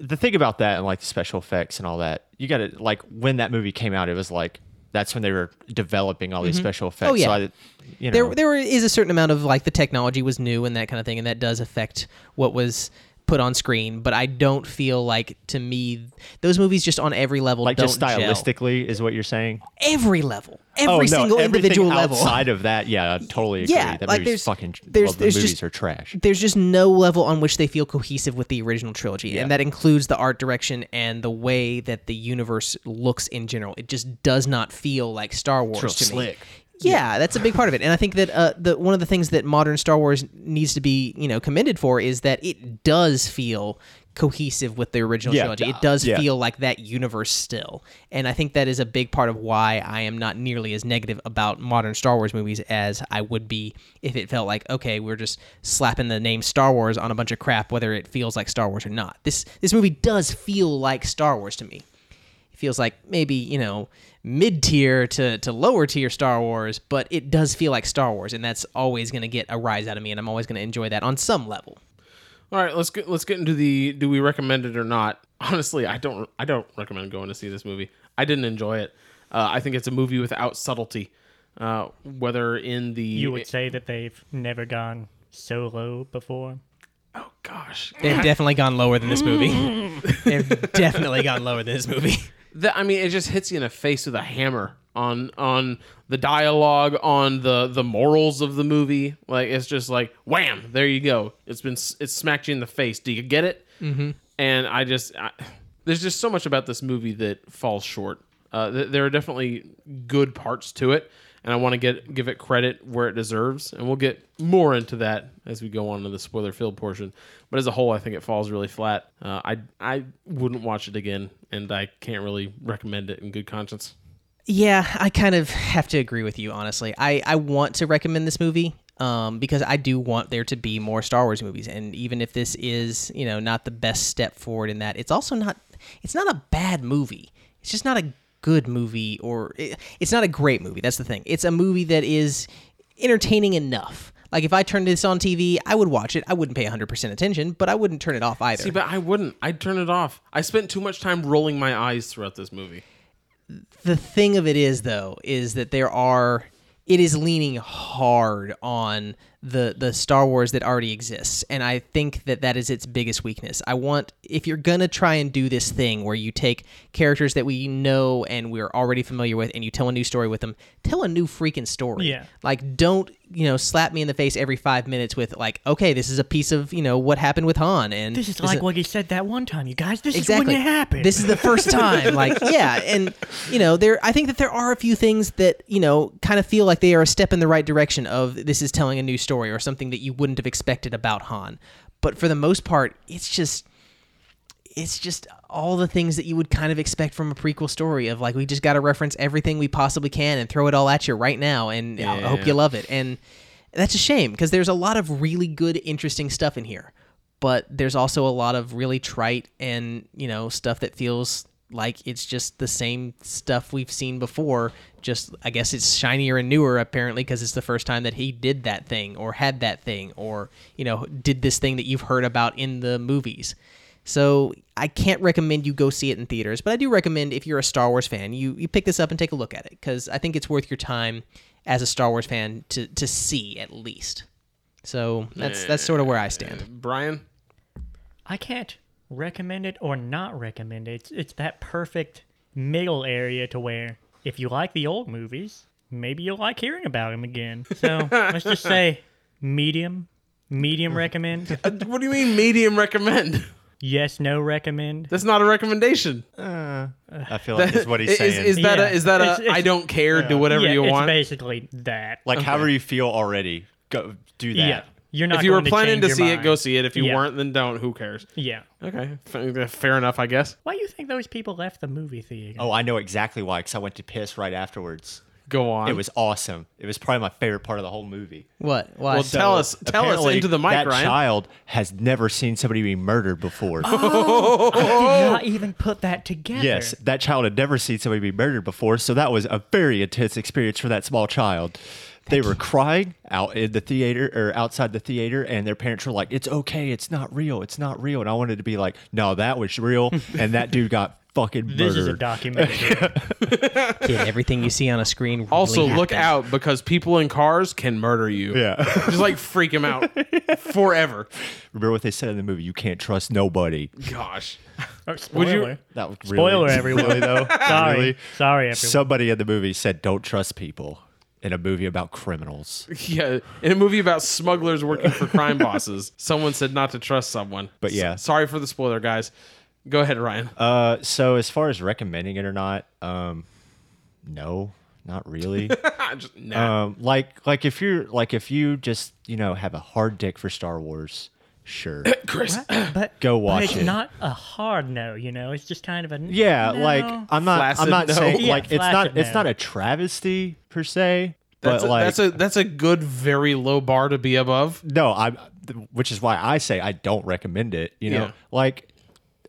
E: the thing about that and like the special effects and all that, you got to like when that movie came out, it was like that's when they were developing all these special effects.
C: Mm-hmm. Oh, yeah.
E: So I, you know,
C: there there is a certain amount of like the technology was new and that kind of thing, and that does affect what was put on screen. But I don't feel like to me those movies just on every level
E: like
C: don't
E: just
C: gel.
E: stylistically is what you're saying.
C: every level, every
E: oh no,
C: single
E: everything
C: individual level.
E: outside of that, yeah, I totally agree.
C: Yeah,
E: that
C: like
E: movie's
C: there's-
E: fucking.
C: there's-
E: well, the
C: there's
E: movies
C: just-
E: are trash.
C: There's just no level on which they feel cohesive with the original trilogy, and that includes the art direction and the way that the universe looks in general. It just does not feel like Star Wars
E: real
C: to
E: slick.
C: me. Yeah, that's a big part of it, and I think that uh, the one of the things that modern Star Wars needs to be, you know, commended for is that it does feel cohesive with the original
E: Yeah,
C: trilogy. It
E: uh,
C: does
E: yeah.
C: feel like that universe still, and I think that is a big part of why I am not nearly as negative about modern Star Wars movies as I would be if it felt like okay, we're just slapping the name Star Wars on a bunch of crap, whether it feels like Star Wars or not. This this movie does feel like Star Wars to me feels like maybe you know mid tier to to lower tier Star Wars, but it does feel like Star Wars, and that's always going to get a rise out of me, and I'm always going to enjoy that on some level.
B: All right, let's get let's get into the do we recommend it or not. Honestly, I don't I don't recommend going to see this movie. I didn't enjoy it. Uh, I think it's a movie without subtlety. Uh, whether in the
D: You would say that they've never gone so low before.
B: oh gosh,
C: They've definitely gone lower than this movie. They've definitely gone lower than this movie.
B: that I mean, it just hits you in the face with a hammer on on the dialogue, on the the morals of the movie. Like it's just like wham, there you go. It's been s- it's smacked you in the face. Do you get it? Mm-hmm. And I just I, there's just so much about this movie that falls short. Uh, th- there are definitely good parts to it, and I want to get give it credit where it deserves. And we'll get more into that as we go on to the spoiler filled portion. But as a whole, I think it falls really flat. Uh, I I wouldn't watch it again, and I can't really recommend it in good conscience.
C: Yeah, I kind of have to agree with you, honestly. I, I want to recommend this movie um, because I do want there to be more Star Wars movies. And even if this is, you know, not the best step forward in that, it's also not, it's not a bad movie. It's just not a good movie or it, it's not a great movie. That's the thing. It's a movie that is entertaining enough. Like if I turned this on TV, I would watch it. I wouldn't pay 100% attention, but I wouldn't turn it off either.
B: See, but I wouldn't. I'd turn it off. I spent too much time rolling my eyes throughout this movie.
C: the thing of it is though is that there are it is leaning hard on the the Star Wars that already exists and I think that that is its biggest weakness. I want if you're going to try and do this thing where you take characters that we know and we're already familiar with and you tell a new story with them, tell a new freaking story.
D: Yeah.
C: Like, don't, you know, slap me in the face every five minutes with, like, okay, this is a piece of, you know, what happened with Han. And
D: This is like what he said that one time, you guys. This
C: exactly
D: is when it happened.
C: This is the first time. Like, yeah, and you know, there. I think that there are a few things that you know kind of feel like they are a step in the right direction of this is telling a new story or something that you wouldn't have expected about Han. But for the most part, it's just. It's just all the things that you would kind of expect from a prequel story of like we just got to reference everything we possibly can and throw it all at you right now and I I hope you love it and that's a shame because there's a lot of really good interesting stuff in here but there's also a lot of really trite and you know stuff that feels like it's just the same stuff we've seen before just i guess it's shinier and newer apparently because it's the first time that he did that thing or had that thing or you know did this thing that you've heard about in the movies so i can't recommend you go see it in theaters but i do recommend if you're a star wars fan you, you pick this up and take a look at it because i think it's worth your time as a star wars fan to, to see at least so that's that's sort of where i stand
B: Brian,
D: I can't recommend it or not recommend it. It's, it's that perfect middle area to where if you like the old movies, maybe you'll like hearing about them again. So let's just say medium, medium recommend,
B: uh, what do you mean medium recommend?
D: yes, no recommend.
B: That's not a recommendation.
E: I feel like is what he's
B: is,
E: saying.
B: is that
D: Yeah.
B: a, is that
D: It's-
B: a
D: it's-
B: I don't care, do whatever
D: yeah,
B: you
D: it's
B: want?
D: basically that.
E: like, however you feel already, go do that.
D: yeah, You're not.
B: if you
D: going
B: were planning to,
D: to, change
B: see
D: your
B: it,
D: mind.
B: go see it. If you
D: Yeah.
B: weren't, then don't. Who cares?
D: Yeah.
B: Okay, F- fair enough, I guess.
D: Why do you think those people left the movie theater?
E: Oh, I know exactly why. Because I went to piss right afterwards.
B: Go on.
E: It was awesome. It was probably my favorite part of the whole movie.
C: What? Why?
B: Well, tell us, tell us
E: Apparently,
B: into the mic,
E: That
B: Ryan.
E: child has never seen somebody be murdered before.
B: Oh.
D: I did not even put that together.
E: yes, that child had never seen somebody be murdered before, so that was a very intense experience for that small child. They were crying out in the theater or outside the theater, and their parents were like, "It's okay, it's not real, it's not real." And I wanted to be like, "No, that was real," and that dude got fucking
D: This is a
E: murdered.
D: documentary.
C: Did everything you see on a screen. really
B: also, look
C: happen?
B: out because people in cars can murder you.
E: yeah.
B: Just like freak him out forever.
E: Remember what they said in the movie? You can't trust nobody.
B: Gosh.
D: Or
B: Would you-
D: Oh, spoiler.
E: That was really,
D: Spoiler, everyone.
E: Really though,
D: Sorry.
E: Really?
D: Sorry, everyone.
E: Somebody in the movie said, "Don't trust people." In a movie about criminals,
B: Yeah. In a movie about smugglers working for crime bosses, someone said not to trust someone.
E: But yeah.
B: S- sorry for the spoiler, guys. Go ahead, Ryan.
E: Uh, so as far as recommending it or not, um, no, not really.
B: Just- nah.
E: um, like like if you're like if you just you know have a hard dick for Star Wars, sure,
B: Chris.
D: But
E: go
D: but
E: watch
D: it's
E: it.
D: not a hard no. You know, it's just kind of a
E: yeah,
D: no.
E: like I'm not
B: Flaccid
E: I'm not
B: no.
E: saying
D: Yeah,
E: like it's not
D: flaccid
E: it's
D: no.
E: not a travesty per se,
B: That's,
E: but
B: a,
E: like
B: that's a that's a good very low bar to be above.
E: no, I'm which is why I say I don't recommend it. You know,
B: Yeah.
E: like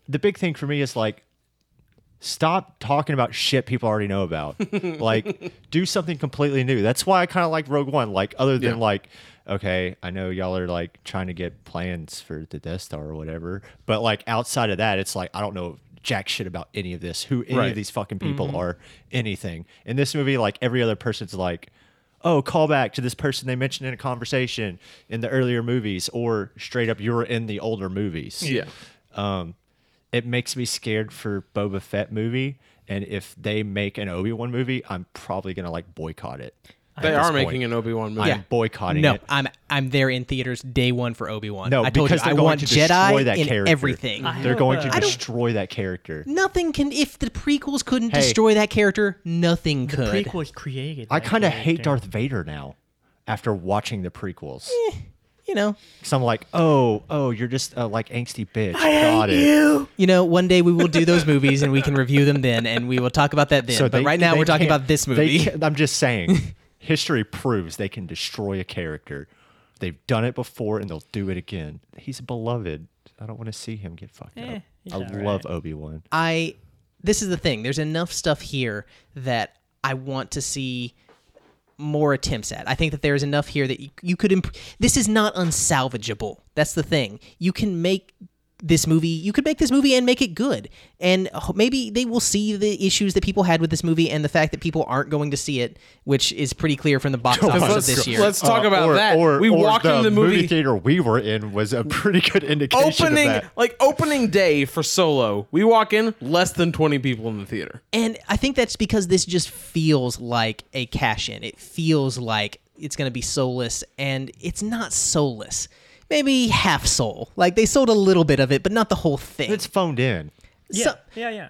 E: the big thing for me is like stop talking about shit people already know about. like do something completely new. That's why I kind of like Rogue One. Like other than
B: Yeah.
E: like okay, I know y'all are like trying to get plans for the Death Star or whatever, but like outside of that, it's like I don't know jack shit about any of this. Who any
B: Right.
E: of these fucking people
C: Mm-hmm.
E: are anything. In this movie, like every other person's like, oh, call back to this person they mentioned in a conversation in the earlier movies, or straight up, you're in the older movies.
B: Yeah.
E: It makes me scared for Boba Fett movie. And if they make an Obi Wan movie, I'm probably gonna like boycott it.
B: They
E: this
B: are
E: point.
B: making an Obi Wan movie.
C: Yeah.
E: Boycotting
C: No,
E: it.
C: I'm I'm there in theaters day one for Obi Wan.
E: No,
C: I told you
E: because they're
C: I
E: going
C: want
E: to destroy
C: Jedi
E: that
C: in
E: character.
C: everything.
D: I
E: They're
D: hope,
E: going
D: uh,
E: to
D: I don't-
E: destroy that character.
C: Nothing can. If the prequels couldn't
E: Hey.
C: destroy that character, nothing
D: The
C: could.
D: prequels created.
E: I
D: that
E: kind of hate
D: character.
E: Darth Vader now after watching the prequels.
C: You know.
E: Because I'm like, oh, oh, you're just a like angsty bitch. Got it.
C: You know, one day we will do those movies and we can review them then, and we will talk about that then. but
E: they-
C: right now
E: they
C: we're talking
E: can't-
C: about this
E: they
C: movie.
E: can't- I'm just saying, history proves they can destroy a character. They've done it before and they'll do it again. He's beloved. I don't want to see him get fucked
C: Eh,
E: up.
D: he's
E: I
D: all
E: love Obi Wan.
C: I this is the thing. There's enough stuff here that I want to see more attempts at. I think that there is enough here that you, you could imp- this is not unsalvageable. That's the thing. You can make this movie, you could make this movie and make it good. And ho- maybe they will see the issues that people had with this movie and the fact that people aren't going to see it, which is pretty clear from the box office of
B: Let's,
C: this year.
B: let's
E: Uh,
B: talk about that. we walked in the movie
E: theater we were in was a pretty good indication
B: opening like opening day for solo we walk in less than 20 people in the theater
C: And I think that's because this just feels like a cash in. It feels like it's going to be soulless, and it's not soulless. Maybe half soul. Like they sold a little bit of it, but not the whole thing.
E: It's phoned in.
D: Yeah,
C: So-
D: yeah, yeah.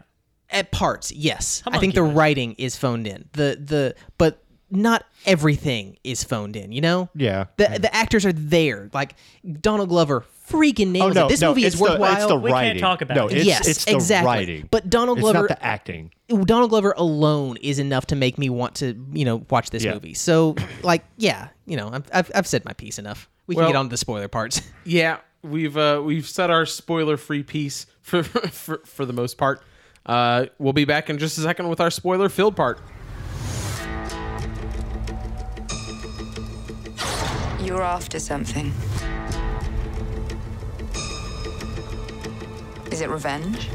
C: at parts, yes. I
D: on,
C: think the writing is phoned in. The the but not everything is phoned in. You know.
E: Yeah.
C: The the actors are there. Like Donald Glover freaking nails it. This movie
E: Oh, it's
C: is
E: the-
C: worthwhile.
E: It's the
D: We can't
E: writing.
D: talk about
E: no,
D: it.
E: It's,
C: Yes,
E: it's the
C: exactly.
E: writing.
C: But Donald
E: It's
C: Glover-
E: not the acting.
C: Donald Glover alone is enough to make me want to, you know, watch this
E: Yeah.
C: movie. So, like, yeah, you know, I've, I've, I've said my piece enough. We
B: Well-
C: can get on to the spoiler parts.
B: yeah we've uh we've set our spoiler free piece for, for for the most part uh we'll be back in just a second with our spoiler filled part
F: You're after something. Is it revenge?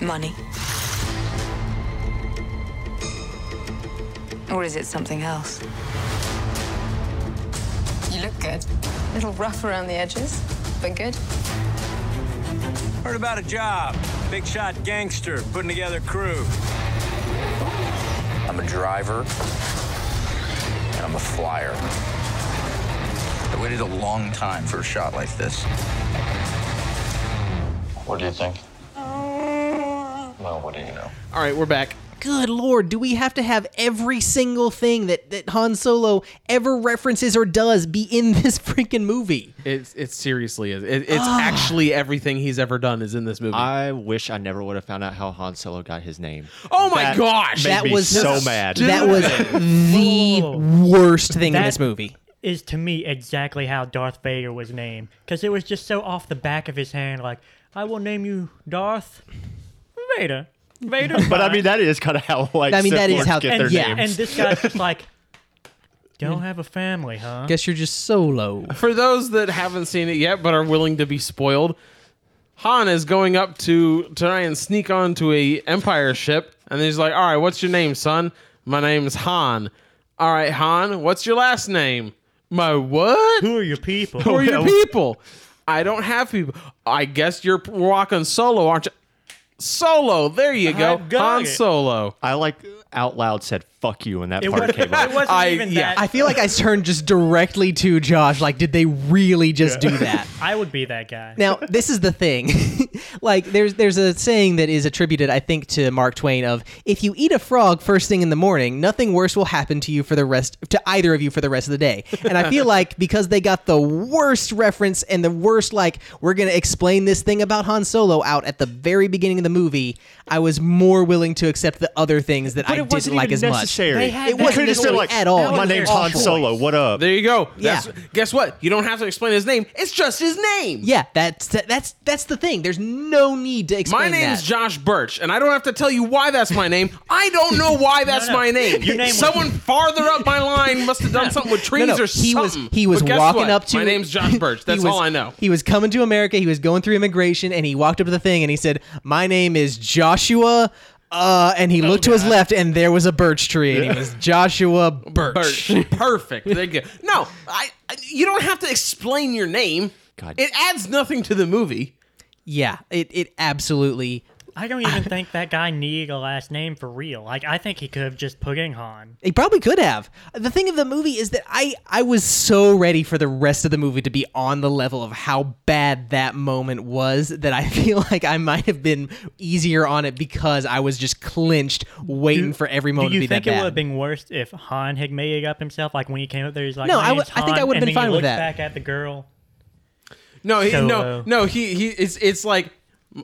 F: Money? Or is it something else?
G: You look good. A little rough around the edges, but good.
H: Heard about a job. Big shot gangster putting together crew.
I: I'm a driver and I'm a flyer. I waited a long time for a shot like this. What do you think? Well, what do you know?
B: all right we're back
C: good lord, do we have to have every single thing that, that Han Solo ever references or does be in this freaking movie?
B: It's it seriously is. It, it's actually everything he's ever done is in this movie.
E: I wish I never would have found out how Han Solo got his name.
B: oh my
E: that
B: gosh!
E: made
C: That
E: me
C: was-
E: so mad.
C: That was the
D: Whoa.
C: worst thing in
D: That-
C: this movie.
D: Is to me exactly how Darth Vader was named because it was just so off the back of his hand. Like I will name you Darth Vader. Vader.
E: But I
D: fine.
E: mean, that is kind of how like
C: I mean,
E: Sith
C: that is
E: Lords
C: how-
E: get
D: and,
E: their
C: yeah,
E: names.
D: and this guy's just like, don't have a family, huh?
C: Guess you're just solo.
B: For those that haven't seen it yet but are willing to be spoiled, Han is going up to try and sneak onto a Empire ship, and he's like, "All right, what's your name, son? My name's Han. All right, Han, what's your last name? My what?
D: Who are your people?
B: Who are your people? I don't have people. I guess you're walking solo, aren't you? Solo. There you go.
D: I've got
B: Han
D: it.
B: Solo.
E: I like out loud said "fuck you" when that
D: It
E: part
D: wasn't,
E: came up.
D: it wasn't
B: I-
D: even
B: yeah.
D: that.
C: I feel like I turned just directly to Josh. Like, did they really just do that?
D: I would be that guy.
C: Now, this is the thing. like, there's there's a saying that is attributed, I think, to Mark Twain of if you eat a frog first thing in the morning, nothing worse will happen to you for the rest to either of you for the rest of the day. And I feel like because they got the worst reference and the worst, like, we're gonna explain this thing about Han Solo out at the very beginning of the movie, I was more willing to accept the other things that I
E: it wasn't
C: didn't like
E: even
C: as
E: necessary.
C: much.
D: They had
C: it
D: that
C: wasn't
E: Could've just been
C: necessary
E: like,
C: at all.
E: My
D: was
E: name's
D: awful.
E: Han Solo. What up?
B: There you go.
C: Yeah.
B: That's, guess what? You don't have to explain his name. It's just his name.
C: Yeah, that's that's that's the thing. There's no need to
B: My
C: explain
B: name's
C: that.
B: Josh Birch, and I don't have to tell you why that's my name. I don't know why that's
D: no.
B: my name.
D: Your name was-
B: Someone farther up my line must have done something with trees
C: no, no.
B: or
C: he was
B: something.
C: he was
B: But guess
C: walking
B: what?
C: up to
B: My name's Josh Birch.
C: he
B: That's
C: was-
B: all I know.
C: He was coming to America. He was going through immigration, and he walked up to the thing and he said, "My name is Joshua." Uh, and
B: Oh,
C: he looked to his left, and there was a birch tree, and he was Joshua Birch.
B: Birch. Perfect. There you go. No, I, I. You don't have to explain your name.
E: God.
B: It adds nothing to the movie.
C: Yeah, it it absolutely.
D: I don't even think that guy needed a last name for real. Like, I think he could have just put in Han.
C: He probably could have. The thing of the movie is that I I was so ready for the rest of the movie to be on the level of how bad that moment was that I feel like I might have been easier on it because I was just clinched waiting for every
D: Do
C: moment to
D: you
C: be
D: think
C: that
D: it
C: bad.
D: would have been worse if Han had made it up himself? Like when he came up there, he's like,
C: No,
D: "My
C: I would-
D: name's
C: I think I
D: Han,"
C: would have
D: and
C: been
D: then he
C: fine with
D: looks
C: that.
D: Back at the girl.
B: No, he, no,
D: Solo.
B: no. He he. It's it's like,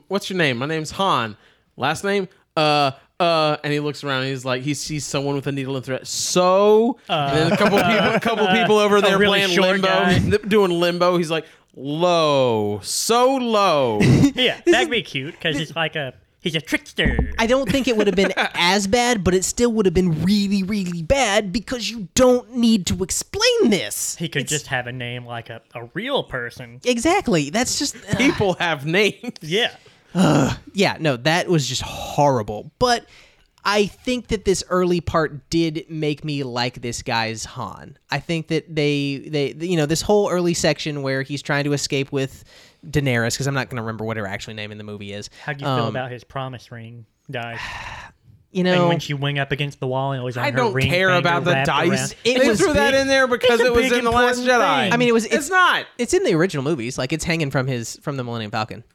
B: what's your name? My name's Han. Last name? Uh. Uh, and he looks around. And he's like, he sees someone with a needle and thread. So,
D: Uh,
B: and then a couple people, a couple people over there
D: really
B: playing
D: short
B: limbo,
D: guy.
B: th- doing limbo. He's like, low, so low.
D: Yeah, that'd be cute because he's like a he's a trickster.
C: I don't think it would have been as bad, but it still would have been really, really bad because you don't need to explain this.
D: he could
C: It's-
D: just have a name like a, a real person.
C: Exactly. That's just ugh.
B: people have names.
D: Yeah.
C: yeah. No, that was just horrible. But I think that this early part did make me like this guy's Han. I think that they they you know this whole early section where he's trying to escape with Daenerys because I'm not going to remember what her actually name in the movie is. Um,
D: How do you
B: Um,
D: feel about his promise ring dice?
C: You
D: And
C: know,
D: when she went up against the wall and it was on
B: I
D: her
B: don't
D: ring
B: care
D: finger
B: about the
D: wrapped
B: dice.
D: around-
C: It
B: they
C: was
B: threw that
C: big-
B: in there because
D: it's a
B: it was
D: big,
B: in the Last
D: important
B: Jedi.
D: thing.
C: I mean, it was
B: It's, not.
C: It's in the original movies. Like it's hanging from his from the Millennium Falcon.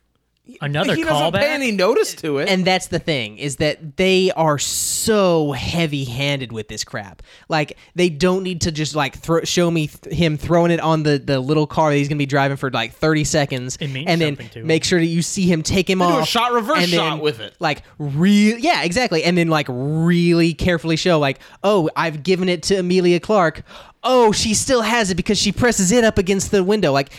D: Another
B: he doesn't pay
D: callback.
B: any notice to it.
C: and that's the thing is that they are so heavy-handed with this crap. Like they don't need to just like throw, show me th- him throwing it on the the little car that he's gonna be driving for like thirty seconds,
D: It means
C: and then
D: something to
C: make sure that you see him take him
B: do a
C: off.
B: shot reverse
C: and
B: shot
C: then,
B: with it.
C: Like real, yeah, exactly. And then like really carefully show like, oh, I've given it to Amelia Clark. Oh, she still has it because she presses it up against the window. Like,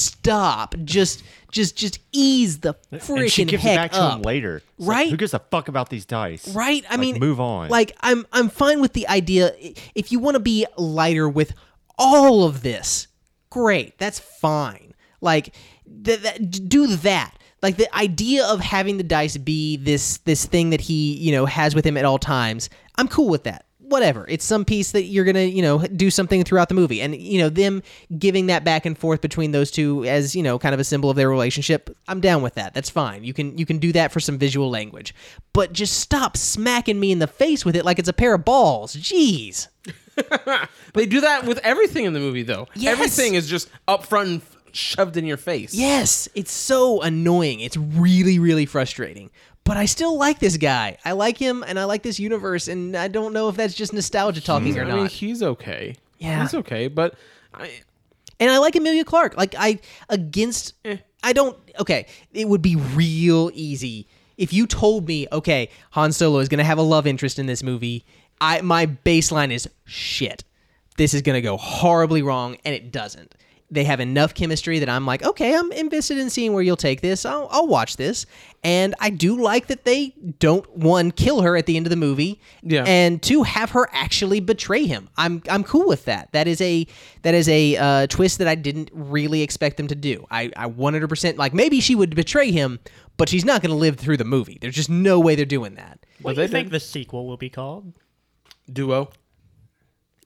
C: stop. Just, just, just ease the freaking
E: and she gives
C: heck
E: it back
C: up.
E: to him later. It's like,
C: Right?
E: who gives a fuck about these dice?
C: Right? I
E: Like,
C: mean,
E: move on.
C: Like I'm I'm fine with the idea I- if you want to be lighter with all of this. Great. That's fine. Like th- that d- do that. Like the idea of having the dice be this this thing that he, you know, has with him at all times. I'm cool with that. Whatever. It's some piece that you're going to, you know, do something throughout the movie. And you know, them giving that back and forth between those two as, you know, kind of a symbol of their relationship. I'm down with that. That's fine. You can you can do that for some visual language. But just stop smacking me in the face with it like it's a pair of balls. Jeez.
B: They do that with everything in the movie, though.
C: Yes.
B: Everything is just up front and f- shoved in your face.
C: Yes, it's so annoying. It's really, really frustrating. but I still like this guy. I like him, and I like this universe, and I don't know if that's just nostalgia talking or
B: Hmm. I
C: not.
B: mean, he's okay.
C: Yeah.
B: he's okay. But I,
C: and I like Amelia Clark. Like I against I don't okay, it would be real easy if you told me, okay, Han Solo is going to have a love interest in this movie. I my baseline is shit. This is going to go horribly wrong and it doesn't. They have enough chemistry that I'm like, okay, I'm invested in seeing where you'll take this. I'll, I'll watch this, and I do like that they don't one kill her at the end of the movie,
B: Yeah.
C: and and two have her actually betray him i'm i'm cool with that that is a that is a uh, twist that i didn't really expect them to do i i 100% like maybe she would betray him but she's not going to live through the movie there's just no way they're doing that
D: What do you think the sequel will be called?
B: duo.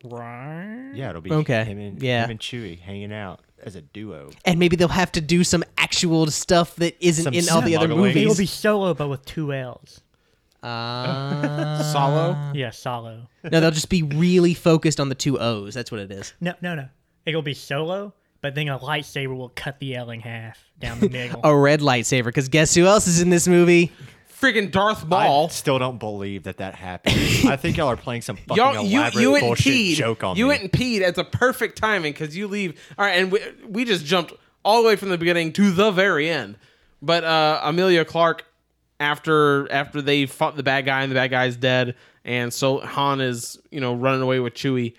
D: Right?
E: Yeah, it'll be
C: Okay,
E: Him and,
C: yeah.
E: him and Chewie hanging out as a duo.
C: and maybe they'll have to do some actual stuff that isn't
E: Some
C: in all the other
E: smuggling.
D: It'll
C: movies
D: be Solo, but with two L's.
C: uh,
B: Solo.
D: Yeah, Solo.
C: no they'll just be really focused on the two o's that's what it is
D: No, no, no. It'll be Solo, but then a lightsaber will cut the L in half down the middle.
C: a red lightsaber because guess who else is in this movie
B: Friggin' Darth
E: I
B: Maul.
E: still don't believe that that happened. I think y'all are playing some fucking
B: Y'all, you
E: elaborate
B: you and
E: bullshit
B: Pede,
E: joke on
B: you
E: me.
B: and Pede at the perfect timing because you leave. All right, and we, we just jumped all the way from the beginning to the very end. But uh, Amelia Clark, after after they fought the bad guy and the bad guy's dead, and so Han is you know running away with Chewie.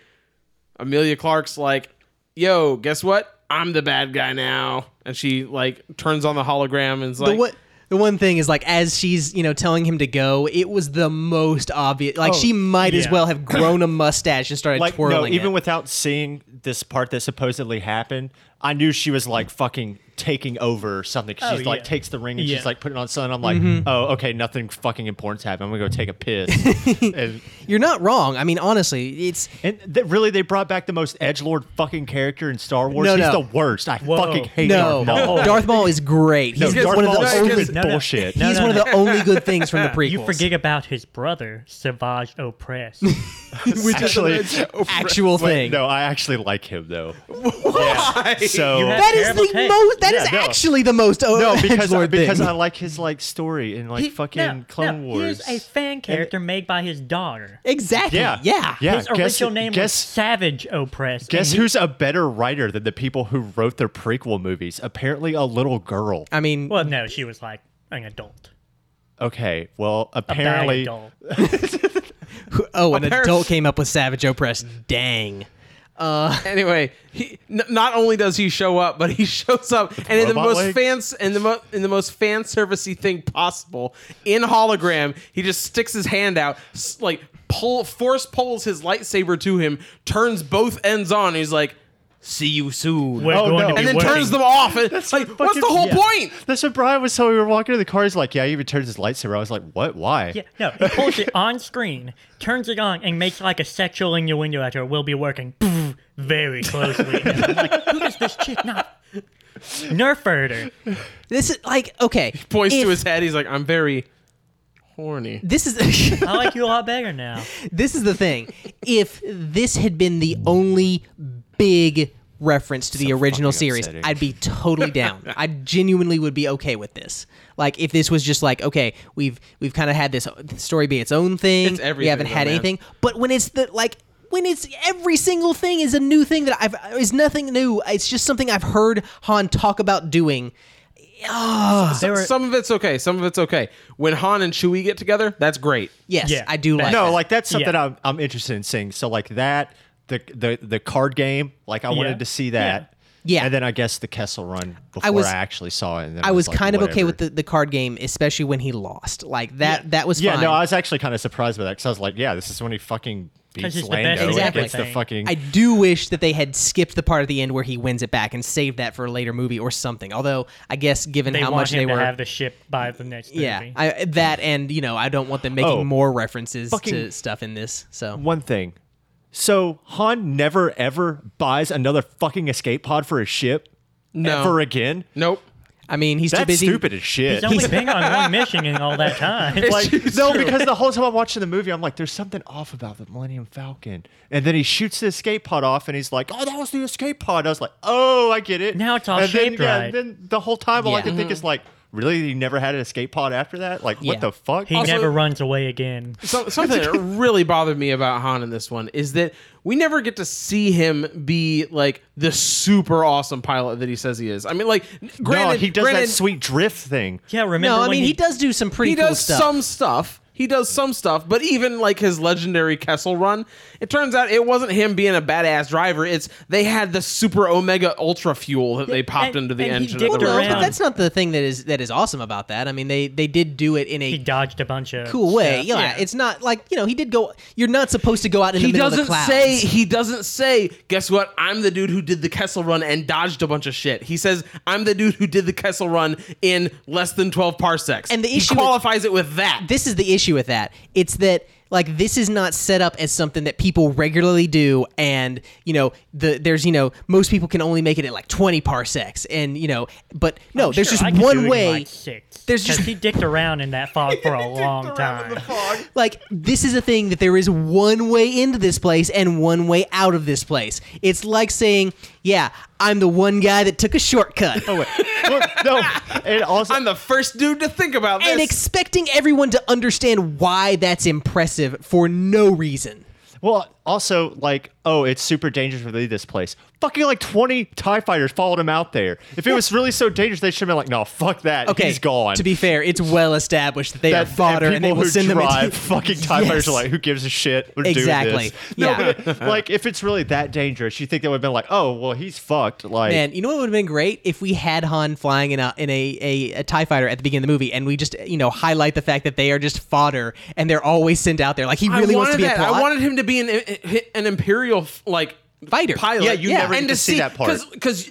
B: Amelia Clark's like, "Yo, guess what? I'm the bad guy now." And she like turns on the hologram and is like,
C: the what the one thing is like as she's you know telling him to go it was the most obvious like she might as
D: yeah.
C: well have grown a mustache and started
E: Oh, like
C: twirling
E: no, even
C: it.
E: without seeing this part that supposedly happened, I knew she was like fucking taking over something. She
D: Oh,
E: like
D: yeah.
E: takes the ring and
D: Yeah.
E: she's like putting on something. I'm like,
C: Mm-hmm.
E: oh okay, nothing fucking important's happened. I'm gonna go take a piss. and,
C: you're not wrong i mean honestly it's
E: and th- really, they brought back the most edge lord fucking character in Star Wars.
C: No,
E: He's
C: no.
E: the worst. I
D: Whoa.
E: fucking hate
C: no
E: Darth Maul.
C: darth maul is great
E: No,
C: he's
E: Darth
C: one of
E: Maul's
C: the
B: because-
C: only
E: only
D: No, no.
E: bullshit.
D: No,
C: he's
D: no,
C: one of the only good things from the prequels
D: you forget about his brother, Savage Opress.
E: Which actually,
C: actual
E: Wait,
C: thing
E: No, I actually like him though. Why? so
D: You have-
C: that is
D: Terrible
C: the
D: taste.
C: most That is
E: Yeah, no.
C: actually the most oh,
E: no, because I,
C: Edgelord thing.
E: because I like his like story and like
D: He-
E: fucking
D: no,
E: Clone
D: no,
E: Wars.
D: He was a fan character made by his daughter.
C: exactly
E: yeah,
C: yeah yeah,
E: yeah.
D: his
E: guess,
D: original name was
E: guess,
D: Savage Opress. and
E: guess
D: he-
E: who's a better writer than the people who wrote their prequel movies? Apparently, a little girl.
C: i mean
D: Well, no, she was like an adult.
E: Okay, well,
D: A bad
E: apparently,
D: adult.
C: oh an
B: Paris-
C: adult came up with savage opress dang
B: Anyway, he n- not only does he show up, but he shows up and in the
E: robot
B: most
E: leg?
B: fans in the mo- in the most fan servicey thing possible in hologram. He just sticks his hand out, s- like pull force pulls his lightsaber to him, turns both ends on. And he's like, "See you soon,"
D: We're
E: Oh,
D: going
E: no.
D: to be
B: and then
D: working.
B: turns them off. And
E: That's
B: like,
E: what
B: what's
E: fucking-
B: the whole
E: yeah.
B: point?
E: that's what Brian was telling. me. We were walking to the car. He's like, "Yeah, he returns his lightsaber." I was like, "What? Why?"
D: Yeah, no, he pulls it on screen, turns it on, and makes like a sexual innuendo at her. We'll be working very closely. And I'm like, who does this chick not? Nerf herder.
C: this is like okay
B: Points
C: if-
B: to his head. He's like, "I'm very horny."
C: this is
D: I like you a lot better now.
C: this is the thing. If this had been the only big reference to the original
E: fucking
C: series,
E: upsetting.
C: I'd be totally down. I genuinely would be okay with this. Like if this was just like, okay, we've we've kind of had this story be its own thing.
B: It's
C: we
B: everything,
C: haven't had
B: though, man.
C: anything. But when it's the like when it's every single thing is a new thing that I've is nothing new. It's just something I've heard Han talk about doing.
D: They were-
B: Some of it's okay. Some of it's okay. When Han and Chewie get together, that's great.
C: Yes,
D: Yeah.
C: I do like
E: no,
C: that.
E: like that's something
D: Yeah.
E: I'm, I'm interested in seeing. So like that, the the the card game, like I
D: Yeah.
E: wanted to see that.
C: Yeah. Yeah.
E: And then I guess the Kessel Run before I,
C: was-
E: actually saw it. And then
C: I was
E: like,
C: kind of okay
E: whatever.
C: with the, the card game, especially when he lost. Like that that was
E: Yeah,
C: fine.
E: no, I was actually kind of surprised by that because I was like, yeah, this is when he fucking beats
D: it's the
E: Lando.
D: best
E: and
C: Exactly.
E: gets the
D: thing.
E: fucking.
C: I do wish that they had skipped the part at the end where he wins it back and saved that for a later movie or something. Although I guess given
D: they
C: how
D: want
C: much
D: him
C: they
D: to
C: were,
D: have the ship by the next movie.
C: yeah, I, that and you know I don't want them making
E: Oh.
C: more references to
E: Fucking-
C: stuff in this. So
E: one thing. So Han never ever buys another fucking escape pod for his ship
B: No.
E: ever again.
B: Nope.
C: I mean, he's too
E: That's
C: busy.
E: stupid as shit.
D: He's only been on one mission in all that time.
E: like no, because the whole time I'm watching the movie, I'm like, there's something off about the Millennium Falcon. And then he shoots the escape pod off, and he's like, oh, that was the escape pod. I was like, oh, I get it.
D: Now it's all
E: and then,
D: shaped right.
E: then the whole time, all
C: Yeah.
E: I can think is like, really? You never had an escape pod after that? Like,
C: Yeah.
E: what the fuck? Oh,
D: He
B: Also-
D: never runs away again.
B: So, something that really bothered me about Han in this one is that we never get to see him be like the super awesome pilot that he says he is. I mean, like, granted,
E: no, he does
B: granted,
E: that sweet drift thing.
D: Yeah, remember?
C: No, I
D: when
C: mean
D: he,
C: he does do some pretty
B: he
C: cool
B: does
C: stuff.
B: some stuff. He does some stuff, but even like his legendary Kessel run, it turns out it wasn't him being a badass driver. It's they had the super Omega Ultra fuel that they popped
D: and-
B: into the
D: and he
B: engine.
D: dicked
B: at the
D: around.
C: No,
B: right
C: but
B: time.
C: that's not the thing that is that is awesome about that. I mean, they they did do it in
D: He
C: a
D: dodged a bunch of
C: cool way.
D: stuff.
C: Yeah, it's not like you know he did go. You're not supposed to go out in
B: he
C: the middle of the
B: doesn't
C: clouds.
B: say he doesn't say guess what i'm the dude who did the kessel run and dodged a bunch of shit he says i'm the dude who did the kessel run in less than 12 parsecs
C: And the
B: he
C: issue-
B: qualifies it with that
C: this is the issue with that. It's that like this is not set up as something that people regularly do and you know the there's you know most people can only make it at like 20 parsecs and you know but no
D: I'm
C: there's
D: sure
C: just
D: I could do it
C: one
D: in,
C: way
D: like, six,
C: there's
D: 'cause
C: just-
D: he dicked around in that fog for a long time.
C: like this is a thing that there is one way into this place and one way out of this place it's like saying yeah i'm the one guy that took a shortcut
E: Oh, wait. Look, no, and also
B: i'm the first dude to think about this
C: and expecting everyone to understand why that's impressive for no reason
E: Well, also like, oh, it's super dangerous to leave this place. Fucking like twenty Tie Fighters followed him out there. If it was really so dangerous, they should have been like, no, fuck that.
C: okay
E: he's gone.
C: to be fair it's well established that they
E: that
C: are fodder and,
E: people
C: they will
E: who
C: send them
E: drive
C: into-
E: fucking Tie Fighters are
C: Yes.
E: like, who gives a shit? We're
C: Exactly.
E: Doing this. No,
C: Yeah.
E: but, like if it's really that dangerous, you think they would have been like, oh, well, he's fucked. Like,
C: Man, you know what would have been great if we had Han flying in a in a, a, a Tie Fighter at the beginning of the movie, and we just you know highlight the fact that they are just fodder and they're always sent out there. Like he really
B: I wanted
C: wants to be
B: that.
C: a plot.
B: i wanted him to be an an imperial like
C: Fighter.
B: pilot
E: Yeah, you Yeah. never get to see that part.
B: because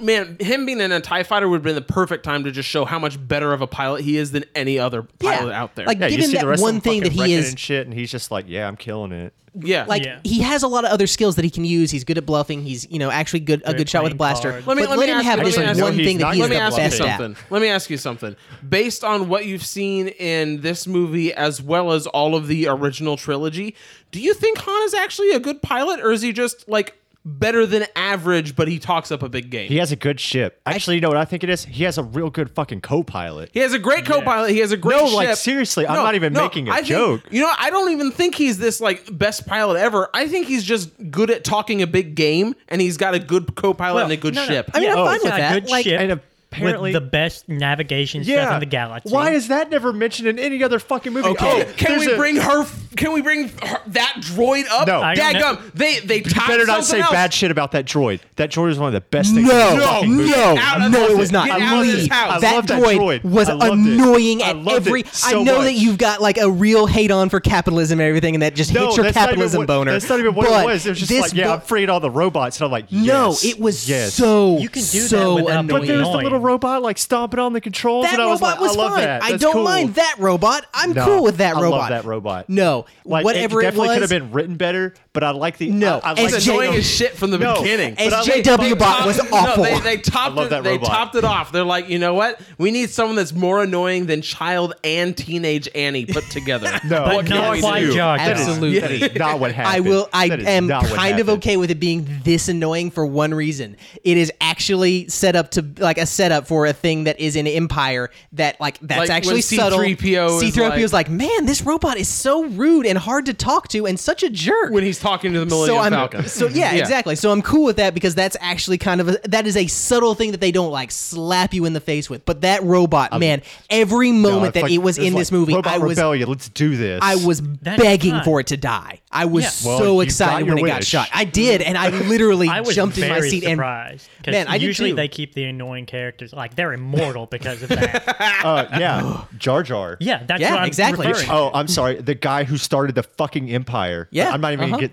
B: Man, him being in a TIE fighter would have been the perfect time to just show how much better of a pilot he is than any other
C: Yeah.
B: pilot out there.
C: Like,
E: yeah,
C: give
E: you
C: him
E: see
C: that
E: the rest
C: one
E: of them
C: thing that
E: fucking
C: he
E: wrecking
C: is-
E: and shit, and he's just like, yeah, I'm killing it.
B: yeah.
C: like
D: Yeah.
C: he has a lot of other skills that he can use. He's good at bluffing. He's you know actually good a
D: at
C: good shot with
D: playing
C: blaster.
D: cards.
C: But
B: Let me, let, me
C: him
B: ask,
C: have
B: let
C: this
B: me ask-
C: one
E: No,
C: thing
E: he's
C: that
E: not.
C: he is
B: let me
C: the
B: ask you
C: best at.
B: something. Let me ask you something. Based on what you've seen in this movie, as well as all of the original trilogy, do you think Han is actually a good pilot, or is he just like better than average, but he talks up a big game?
E: He has a good ship. Actually, you know what I think it is? He has a real good fucking co-pilot.
B: He has a great co-pilot. He has a great
E: No,
B: ship.
E: like, seriously, I'm not even making a
B: I think-
E: joke.
B: You know, I don't even think he's this like best pilot ever. I think he's just good at talking a big game, and he's got a good co-pilot and a good
D: no, no.
B: ship.
C: I mean,
E: Yeah,
C: I'm
E: oh,
C: fine
E: it's
C: with
D: got a
C: that.
D: good
C: like,
D: ship
E: and apparently-
D: with the best navigation stuff in the galaxy.
E: Why is that never mentioned in any other fucking movie? Oh,
B: Okay. Oh, can
E: there's
B: we
E: a-
B: bring her? Can we bring her, that droid up?
E: No. I
D: don't
B: Dadgum. They they
E: You better not say bad shit about that droid. That droid is one of the best things. in the fucking movie.
B: Out of
C: no,
B: this-
C: it was not.
B: get
C: I
B: out of this
C: believe
B: house. I
C: that
E: love that
C: droid
E: droid.
C: was
E: I loved it.
C: annoying
E: I
C: at
E: loved it
C: every. I
E: so
C: know
E: much.
C: that you've got like a real hate on for capitalism and everything, and that just
E: No,
C: hits your
E: that's not even
C: capitalism
E: what-
C: boner.
E: That's not even what
C: But
E: it was. It was just
C: this
E: like, yeah,
C: bo-
E: I'm freeing all the robots, and I'm like,
C: no,
E: yes,
C: it was
E: yes.
C: so
D: You can do that
C: so
D: without
C: annoying.
D: being
E: But there's the
D: annoying.
E: little robot like stomping on the controls,
C: that
E: and I was
C: robot
E: like, I love
C: fine.
E: that.
C: I
E: That's
C: don't
E: cool.
C: mind that robot. I'm
E: No,
C: cool with that
E: I love
C: robot.
E: that robot.
C: No,
E: Like,
C: whatever
E: it
C: it,
E: definitely
C: was.
E: could have been written better, but I like the
C: No,
E: I, I
C: as
E: like
B: That's annoying
C: J-
B: as shit from the
E: No.
B: beginning.
E: But I like-
C: SJW bot
B: Top-
C: was
B: No,
C: awful.
B: they, they topped
E: I love
B: it.
E: that
B: They
E: robot.
B: topped it off. They're like, you know what? We need someone that's more annoying than child and teenage Annie put together.
E: No,
D: But
B: What
D: not
B: can we
D: quite
B: do?
D: Jar Jar.
E: That is-
C: Absolutely.
E: that is not what
C: I
E: happened.
C: will. I
E: That is
C: am
E: not what
C: kind of
E: happened.
C: okay with it being this annoying for one reason. It is actually set up to like a setup for a thing that is in Empire that like that's
B: Like,
C: actually
B: when
C: subtle.
B: C-3PO is
C: C-3PO is like, man, this robot is so rude and hard to talk to and such a jerk.
B: When he's talking to the Millennium
C: so I'm
B: Falcon.
C: so yeah, exactly. So I'm cool with that because that's actually kind of a, that is a subtle thing that they don't like slap you in the face with. But that robot, man, every
E: Um, No,
C: moment
E: it's
C: that
E: like-
C: it was
E: it's
C: in
E: like
C: this movie,
E: Robot
C: I was
E: Rebellion. Let's do this.
C: I was
D: That
C: begging
D: time.
C: for it to die. I was
D: Yeah.
E: Well,
C: so
E: you got
C: excited
E: your
C: when it got
E: wish.
C: shot. I did, and I literally
D: I was
C: jumped in
D: very
C: my seat
D: surprised. 'cause
C: Man, I did
D: usually
C: too.
D: they keep the annoying characters like they're immortal because of that.
E: uh, yeah, Jar Jar.
D: yeah, that's
C: Yeah,
D: what I'm
C: exactly.
D: referring to.
E: Oh, I'm sorry. The guy who started the fucking empire.
C: Yeah,
E: I'm not even
C: uh-huh.
E: gonna get.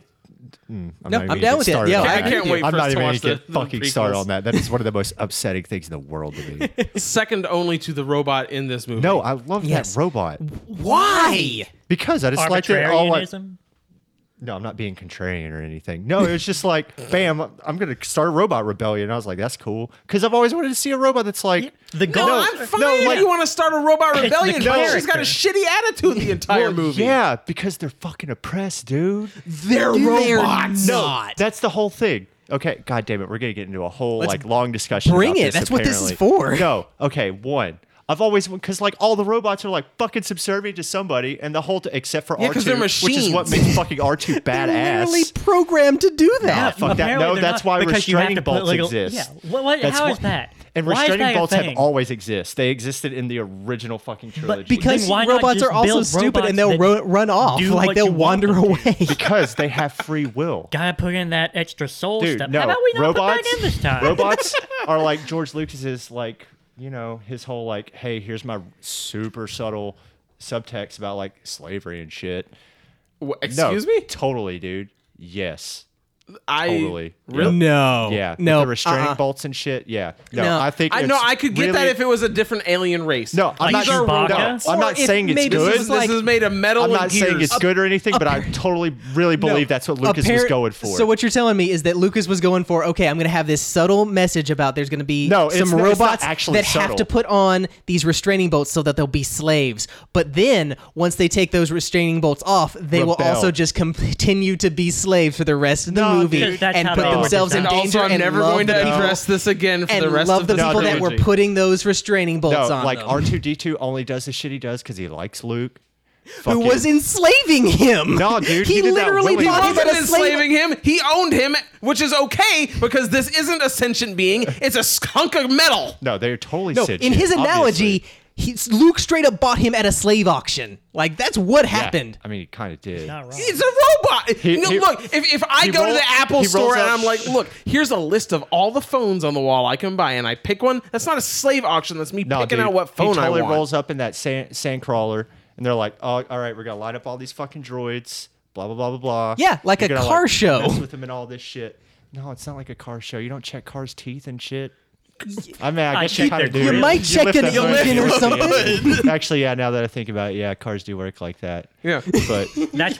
E: Mm, I'm not
C: No,
E: even
C: I'm
E: gonna
C: down
E: get
C: with it.
E: started
C: Yeah,
E: on
C: I
E: that.
C: can't
B: wait
E: I'm
B: for us
E: not
B: to
E: even gonna
B: watch the-
E: get
B: the
E: fucking
B: prequels.
E: started on that. That is one of the most upsetting things in the world to me.
B: Second only to the robot in this movie.
E: No, I love
C: Yes.
E: that robot
C: and why?
E: because I just like it all. Like,
D: Arbitrarianism.
E: no, I'm not being contrarian or anything. No, it was just like, bam, I'm gonna start a robot rebellion. I was like, that's cool because I've always wanted to see a robot that's like
D: The
B: No,
D: goal.
B: Oh, I'm fine.
E: no, like-
B: you want to start a robot rebellion?
D: the
B: but she's got a
D: character.
B: shitty attitude the entire
E: Well,
B: movie.
E: Yeah, because they're fucking oppressed, dude.
C: They're robots.
E: No,
C: Not.
E: that's the whole thing. Okay, god damn it, we're gonna get into a whole like long discussion.
C: bring
E: about
C: it.
E: this,
C: That's what this is
E: apparently.
C: for.
E: No, okay, one. I've always because like all the robots are like fucking subservient to somebody, and the whole t- except for
B: Yeah,
E: R two,
B: 'cause they're
E: which is what
B: machines.
E: makes fucking R two
C: They're literally
E: badass.
C: programmed to do
E: Nah,
C: that.
E: Oh, fuck that.
D: Apparently
E: No,
D: they're
E: that's
D: not,
E: why
D: because you have
E: restraining
D: to put
E: bolts
D: legal-
E: exist.
D: Yeah. What, what,
E: That's
D: how
E: why-
D: is that?
E: And
D: Why is
E: restraining
D: that a
E: bolts
D: thing?
E: have always exist. They existed in the original fucking trilogy.
D: But
C: because
D: Then why not
C: robots
D: just
C: are also
D: build
C: stupid and
D: robots
C: they'll
D: that
C: ro- run off.
D: do
C: Like
D: what
C: they'll
D: you want
C: wander
D: them to.
C: away.
E: because they have free will.
D: Gotta put in that extra soul
E: Dude,
D: stuff.
E: no.
D: How about we not
E: robots,
D: put that in this time?
E: robots are like George Lucas's, like you know, his whole like, hey, here's my super subtle subtext about like slavery and shit.
B: Wha-
E: No,
B: Excuse me?
E: Totally, dude. Yes.
B: I
E: Totally.
B: Really?
C: No.
E: Yeah.
C: No.
E: The restraining
C: uh-uh.
E: bolts and shit. Yeah. No.
C: No.
E: I think
B: I
E: it's
B: know I could get that
E: really-
B: if it was a different alien race.
E: No, I'm
D: Like
E: not.
D: Chewbacca?
E: no,
D: Or
E: I'm not
C: if
E: saying it's
C: maybe this
E: good.
B: this,
C: is like-
B: is made of metal
E: I'm
B: and
E: not saying
B: gears.
E: it's good or anything, but I totally really believe that's what Lucas was
C: Appar-
E: going for.
C: So what you're telling me is that Lucas was going for, okay, I'm going to have this subtle message about there's going to be
E: No, it's
C: some
E: not- it's not
C: robots
E: actually
C: that have
E: subtle.
C: to put on these restraining bolts so that they'll be slaves. But then once they take those restraining bolts off, they will
E: Rebel.
C: also just com- continue to be slaves for the rest of the
E: No,
C: movie
E: dude.
D: That's
C: and
D: how
C: put
D: they were
C: themselves in
B: And
D: designed.
C: danger
B: also, I'm
C: and
B: never
C: love
B: going
C: the
B: to
C: people-
B: address this again for
C: and
B: the rest
C: love
B: of
C: the
B: the
C: people that were
B: trilogy.
C: putting those restraining bolts
E: no,
C: on
E: like
C: them,
E: R two D two only does the shit he does because he likes Luke.
C: who
E: Fucking-
C: was enslaving him.
E: No, dude,
C: he,
E: he did that
C: literally
E: willingly.
B: He
C: thought he
B: wasn't
C: was a slave
B: enslaving him. He owned him, which is okay because this isn't a sentient being. It's a skunk of metal.
E: No, they're totally
C: No,
E: sentient,
C: in his
E: obviously.
C: analogy, he, Luke straight up bought him at a slave auction. Like that's what
E: Yeah.
C: happened.
E: I mean, he kind of did.
D: Not wrong.
B: He's a robot.
E: He-
B: no,
E: he-
B: look, if, if I
E: he
B: go to
E: roll-
B: the Apple
E: he
B: store
E: rolls
B: and
E: out-
B: I'm like, look, here's a list of all the phones on the wall I can buy, and I pick one, that's not a slave auction. That's me
E: No,
B: picking
E: dude,
B: out what phone
E: he totally
B: I want.
E: rolls up in that sand, sand crawler, and they're like, "Oh, all right, we're gonna line up all these fucking droids." Blah blah blah blah blah.
C: Yeah, like
E: You're
C: a
E: gonna,
C: car show.
E: Mess with them and all this shit. No, it's not like a car show. You don't check cars' teeth and shit. I mean, I
D: I
E: guess you
D: keep
E: kind
D: their
E: of do.
D: grill. You
C: might check
E: lift
C: an
E: that hood,
C: engine
E: you
C: or
E: lift the
C: something.
E: engine. Actually, yeah. Now that I think about it, yeah, cars do work like that.
B: Yeah.
E: But
D: That's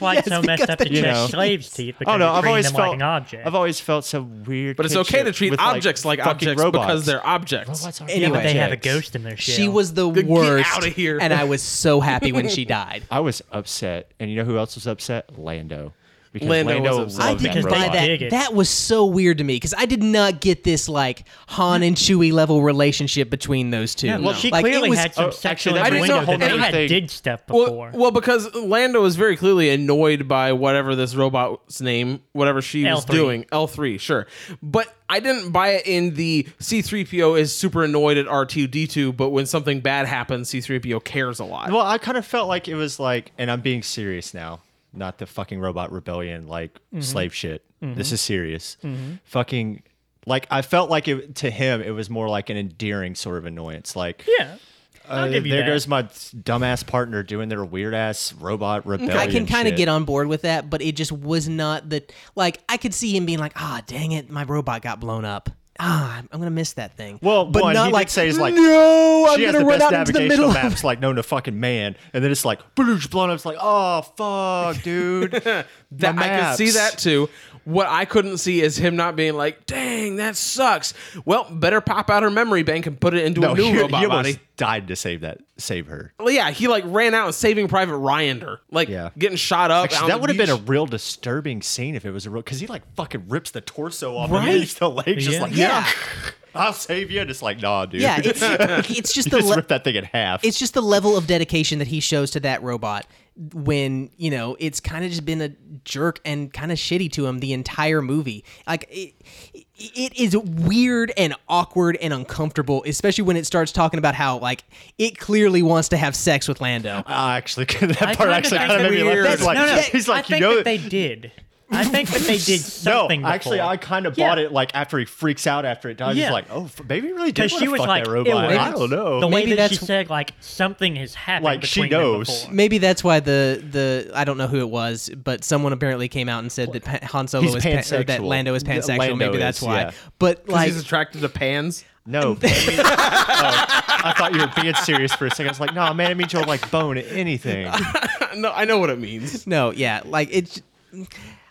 D: why it's so
C: Yes,
D: messed
C: because
D: up to
C: they-
E: You
D: check
E: know.
D: slaves' teeth because
E: oh no,
D: you
E: I've
D: treat
E: always
D: them
E: felt
D: like an object.
E: I've always felt so weird.
B: but it's okay
E: kinship
B: to treat
E: with,
B: objects like,
E: fucking
B: objects
E: robots.
B: because they're objects.
E: Robots are
C: Yeah, but
D: but they have a
E: objects.
D: ghost in their shell.
C: She was the
B: Get
C: worst.
B: outta here.
C: And I was so happy when she died.
E: I was upset, and you know who else was upset? Lando. Because
B: Lando was upset.
C: I
E: loved
C: didn't
D: that
C: buy
D: robot. Dig
C: that.
D: it.
C: That was so weird to me because I did not get this like Han and Chewie level relationship between those two.
D: Yeah, well, she
C: like, it
D: clearly
C: was-
D: had some
E: Oh,
D: sexual
E: actually, that
B: brings up a
D: innuendo
B: whole
D: that they
B: nother
E: thing.
D: had did stuff
B: Well,
D: before.
B: well, because Lando was very clearly annoyed by whatever this robot's name, whatever she was
D: L3.
B: doing, L three, sure. But I didn't buy it in the C three PO is super annoyed at R two D two, but when something bad happens, C three PO cares a lot.
E: Well, I kind of felt like it was like, and I'm being serious now, not the fucking robot rebellion like
C: Mm-hmm.
E: slave shit. This is serious. Fucking, like I felt like it to him, it was more like an endearing sort of annoyance. Like,
D: yeah,
E: uh,
D: I'll give you
E: there
D: that.
E: goes my dumbass partner doing their weird ass robot rebellion.
C: I can kind
E: kind
C: of get on board with that, but it just was not the like. I could see him being like, "Ah, dang it, my robot got blown up. Ah, I'm gonna miss that thing."
E: Well,
C: but
E: one,
C: not
E: he did
C: like
E: say he's like,
C: "No, I'm
E: she has
C: gonna
E: the
C: run
E: best
C: out into the
E: navigational
C: middle." of-"
E: maps like known to fucking man, and then it's like bloosh blown up. It's like oh fuck, dude.
B: that I could see that too. What I couldn't see is him not being like, "Dang, that sucks." Well, better pop out her memory bank and put it into
E: No,
B: a new
E: he,
B: robot
E: he almost
B: body.
E: died to save that, save her.
B: Well, yeah, he like ran out and saving Private Ryan her, like
E: Yeah.
B: getting shot up. out
E: Actually,
B: on
E: that
B: the
E: would have been a
B: beach.
E: real disturbing scene if it was a real because he like fucking rips the torso off
C: Right?
E: and leaves the legs just
D: Yeah.
E: like yeah.
C: Yeah.
E: I'll save you. And it's like nah, dude.
C: yeah, it's it's just
E: You
C: the
E: just
C: le-
E: rip that thing in half.
C: it's just the level of dedication that he shows to that robot when you know it's kind of just been a jerk and kind of shitty to him the entire movie like it, it is weird and awkward and uncomfortable especially when it starts talking about how like it clearly wants to have sex with lando
E: I actually, that part
D: kinda
E: actually
D: think
E: kind of
D: that
E: made me laugh.
B: weird. That's-
E: It's Like,
D: no, no,
E: he's
D: I
E: like,
D: think
E: you know,
D: that they did. I think that they did
E: no,
D: something.
E: actually,
D: before.
E: I kind of
D: Yeah.
E: bought it like after he freaks out after it dies.
D: Yeah.
E: He's like, oh, f- maybe he really did
D: because
E: want
D: she
E: to
D: was
E: fuck
D: like,
E: that robot.
D: it
E: I
D: was-
E: don't know.
D: The way
C: Maybe
D: that she
C: that's-
D: said, like something has happened.
E: Like, she
D: between them
E: knows.
D: before.
C: maybe that's why the the i don't know who it was but someone apparently came out and said that Pa- han solo
E: He's
C: is pan- or that
E: pansexual.
C: lando is
E: Yeah,
C: pansexual
E: Lando
C: maybe that's
E: is,
C: why
E: yeah.
C: but
B: 'Cause
C: like
B: he's attracted to pans.
E: No. baby. Oh, I thought you were being serious for a second. I was like, no, man, it means you'll like bone anything.
B: no, I know what it means.
C: No, yeah, like it's.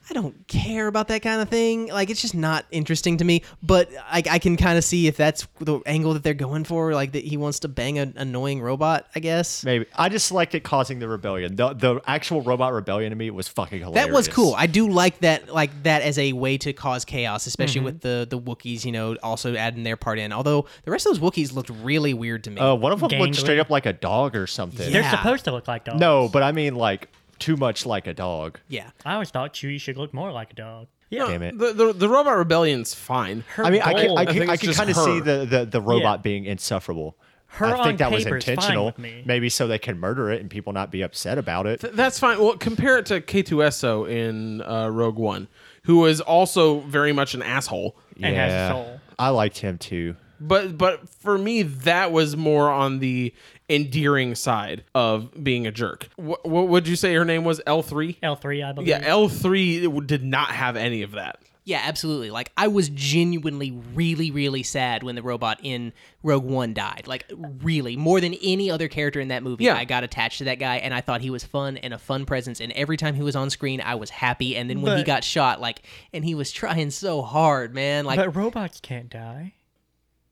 C: I don't care about that kind of thing. Like it's just not interesting to me. But I, I can kind of see if that's the angle that they're going for. Like that he wants to bang an annoying robot. I guess
E: Maybe I just liked it causing the rebellion. The the actual robot rebellion to me was fucking hilarious.
C: that was cool. I do like that. Like that as a way to cause chaos, especially with the the Wookiees. You know, also adding their part in. Although the rest of those Wookiees looked really weird to me.
E: Uh, one of them
D: Gangly.
E: looked straight up like a dog or something.
D: They're
C: Yeah.
D: supposed to look like dogs.
E: No, but I mean like too much like a dog.
C: yeah.
D: I always thought Chewie should look more like a dog. Yeah.
E: Damn it.
B: The, the the robot rebellion's fine.
D: Her
E: I mean, I can,
D: goal-
E: I
B: I
E: can,
B: think
E: I
B: it's
E: can
B: just
E: kind of see
B: her.
E: the, the, the robot being insufferable.
D: Her
E: I think
D: on
E: that was
D: paper is fine
E: intentional,
D: with me.
E: maybe so they can murder it and people not be upset about it.
B: Th- That's fine. Well, compare it to K2SO in uh, Rogue One, who was also very much an asshole.
D: and has a soul.
E: I liked him too.
B: But but for me, that was more on the endearing side of being a jerk. What what would you say her name was? L three.
D: L three, I believe.
B: Yeah, L three did not have any of that.
C: Yeah, absolutely. Like I was genuinely really really sad when the robot in Rogue One died. Like really, more than any other character in that movie,
B: Yeah.
C: I got attached to that guy and I thought he was fun and a fun presence and every time he was on screen, I was happy and then when he
D: But-
C: got shot like and he was trying so hard, man. Like
D: but robots can't die.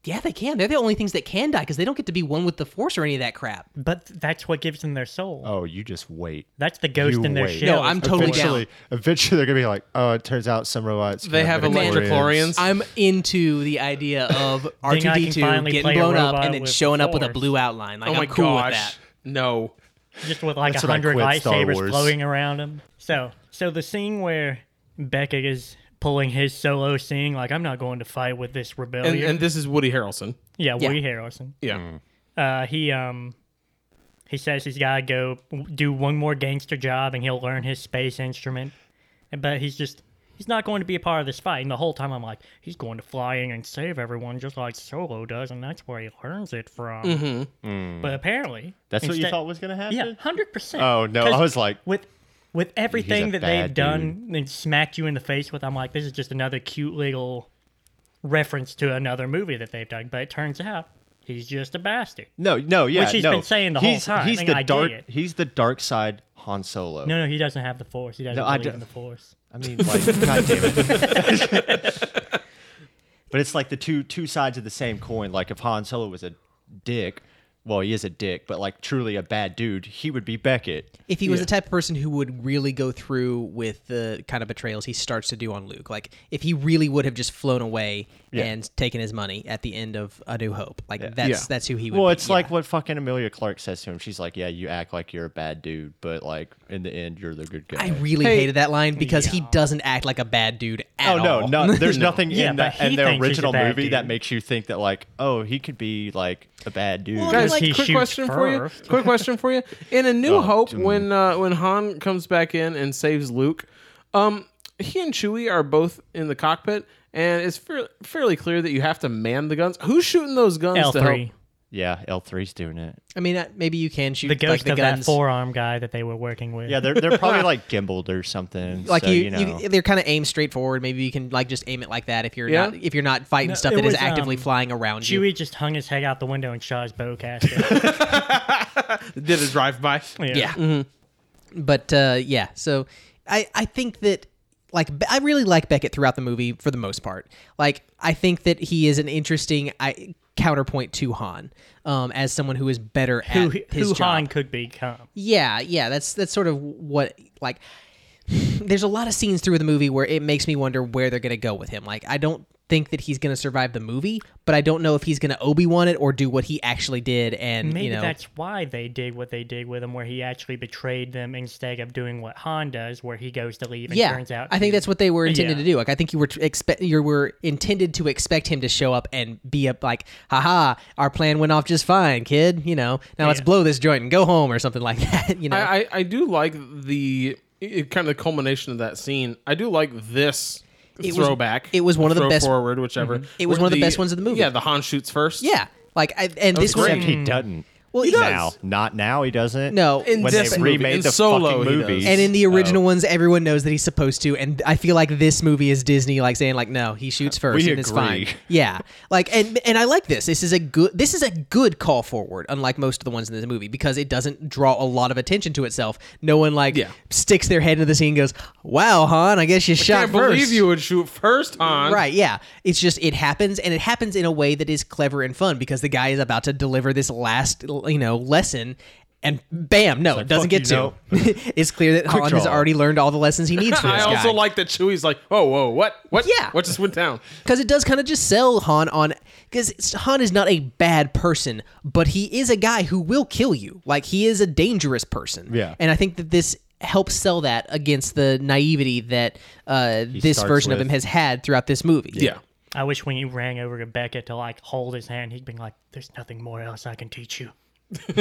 C: yeah, they can. They're the only things that can die cuz they don't get to be one with the force or any of that crap.
D: But that's what gives them their soul.
E: Oh, you just wait.
D: That's the ghost
E: You
D: in their
E: wait.
D: shell.
C: No, I'm
D: is
C: totally
D: before-
C: down.
E: eventually, eventually they're gonna be like, oh, it turns out some robots
B: They
E: can
B: have
E: midichlorians."
B: electrochlorians.
C: I'm into the idea of R2D2
D: finally
C: getting
D: play a
C: blown up
D: robot
C: and then
D: with
C: showing up with a
D: force.
C: blue outline. Like
B: oh
C: I'm
B: my
C: cool
B: gosh!
C: with that.
B: No.
D: just with like a
E: That's when I
D: hundred
E: quit Star
D: lightsabers
E: Wars.
D: floating around him. So, so the scene where Beckett is pulling his solo scene, like I'm not going to fight with this rebellion.
C: Oh,
B: And, and this is Woody Harrelson.
D: yeah,
C: Yeah.
D: Woody Harrelson.
B: Yeah.
E: Mm.
D: Uh, he um, he says he's gotta go do one more gangster job, and he'll learn his space instrument. But he's just. He's not going to be a part of this fight, and the whole time I'm like, he's going to fly in and save everyone just like Solo does, and that's where he learns it from. But apparently,
E: Mm-hmm. That's what you
D: instead-
E: thought was gonna happen.
D: Yeah, hundred percent.
E: Oh, no, I was like-
D: with with everything that
E: bad
D: they've done and smacked you in the face with. I'm like, this is just another cute little reference to another movie that they've done. But it turns out he's just a bastard.
E: No, no, yeah,
D: Which he's
E: no.
D: been saying the whole
E: He's-
D: time,
E: He's
D: and
E: the
D: I dig
E: dark.
D: it.
E: He's the dark side Han Solo.
D: No, no, he doesn't have the force. He doesn't
E: No, I
D: believe
E: do-
D: in the force.
E: I mean, like, god damn it. but it's like the two two sides of the same coin. Like if Han Solo was a dick, well, he is a dick, but like truly a bad dude, he would be Beckett.
C: if he was the type of person who would really go through with the kind of betrayals he starts to do on Luke, like if he really would have just flown away and taken his money at the end of A New Hope, like that's
B: Yeah.
C: that's who he would.
E: Well,
C: be.
E: it's like what fucking Amelia Clark says to him. She's like, "Yeah, you act like you're a bad dude, but like in the end, you're the good guy."
C: I really hated that line because he doesn't act like a bad dude at
E: oh no,
C: all.
E: no, there's nothing
D: Yeah,
E: in
D: but
E: that in
D: he
E: the
D: thinks he's a
E: original
D: bad
E: movie
D: dude.
E: that makes you think that like, oh, he could be like a bad dude.
B: Guys,
D: Because he
B: quick
D: shoots
B: question for you.
D: first. Oh,
B: Quick question for you. In A New Hope, when uh, when Han comes back in and saves Luke, um, he and Chewie are both in the cockpit, and it's fair, fairly clear that you have to man the guns. Who's shooting those guns?
D: L
B: to help?
D: three,
E: yeah, L 3s doing it.
C: I mean, uh, maybe you can shoot
D: the ghost
C: like the
D: of
C: guns.
D: that forearm guy that they were working with.
E: Yeah, they're they're probably like gimbaled or something.
C: like
E: so,
C: you,
E: you,
C: you,
E: know.
C: they're kind of aimed straight forward. Maybe you can like just aim it like that if you're
B: Yeah.
C: not if you're not fighting
D: No,
C: stuff
D: it
C: that is
D: was,
C: actively
D: um,
C: flying around you.
D: Chewie just hung his head out the window and shot his bowcaster.
B: Did a drive by.
C: Yeah. Mm-hmm. But uh, yeah, so I I think that like Be- I really like Beckett throughout the movie for the most part. Like I think that he is an interesting I, counterpoint to Han um, as someone who is better
D: who,
C: at his
D: who
C: job.
D: Han could become.
C: Yeah, yeah, that's that's sort of what like there's a lot of scenes through the movie where it makes me wonder where they're going to go with him. Like I don't think that he's going to survive the movie, but I don't know if he's going to Obi-Wan it or do what he actually did and
D: Maybe
C: you know
D: that's why they did what they did with him, where he actually betrayed them instead of doing what Han does, where he goes to leave and
C: yeah,
D: turns out.
C: I think that's what they were intended
D: Yeah.
C: to do. Like I think you were t- expect you were intended to expect him to show up and be up like, haha, our plan went off just fine, kid. You know, now let's
D: Yeah.
C: blow this joint and go home or something like that. You know,
B: I, I, I do like the it, kind of the culmination of that scene. I do like this
C: It was-
B: throwback.
C: it was one of the
B: throw
C: best- Mm-hmm.
B: forward, whichever.
C: It was
B: Where
C: one of the best ones of the movie.
B: Yeah, the Han shoots first.
C: yeah, like I, and this was
E: Hmm. Except he doesn't.
C: Well, he
E: now, not now. He doesn't.
C: No.
E: when
C: In
E: they
B: this movie,
E: remade
B: in
E: the
B: Solo,
E: fucking
B: he does.
E: movies,
C: And in the original
E: Oh.
C: ones, everyone knows that he's supposed to. And I feel like this movie is Disney like saying like, no, he shoots first,
E: We
C: and it's
E: agree.
C: fine. Yeah, like and and I like this. This is a good. This is a good call forward, unlike most of the ones in this movie, because it doesn't draw a lot of attention to itself. No one like
B: Yeah.
C: sticks their head into the scene, and goes, "Wow, Han, I guess you shot
B: Can't
C: first.
B: believe you would shoot first on.
C: Right, yeah. It's just it happens and it happens in a way that is clever and fun because the guy is about to deliver this last you know lesson and bam, no, it
E: fuck
C: doesn't get
E: you,
C: to. it's clear that Han has
E: draw.
C: already learned all the lessons he needs for
B: I
C: this
B: also
C: guy.
B: like that Chewie's like, whoa, whoa, what, what?
C: Yeah.
B: what just went down?
C: Because it does kind of just sell Han on. Because Han is not a bad person, but he is a guy who will kill you. Like, he is a dangerous person.
E: Yeah.
C: And I think that this helps sell that against the naivety that uh, this
E: starts
C: version of
E: with.
C: him has had throughout this movie.
B: Yeah.
D: I wish when you rang over to Becca to like hold his hand, he'd been like, "There's nothing more else I can teach you."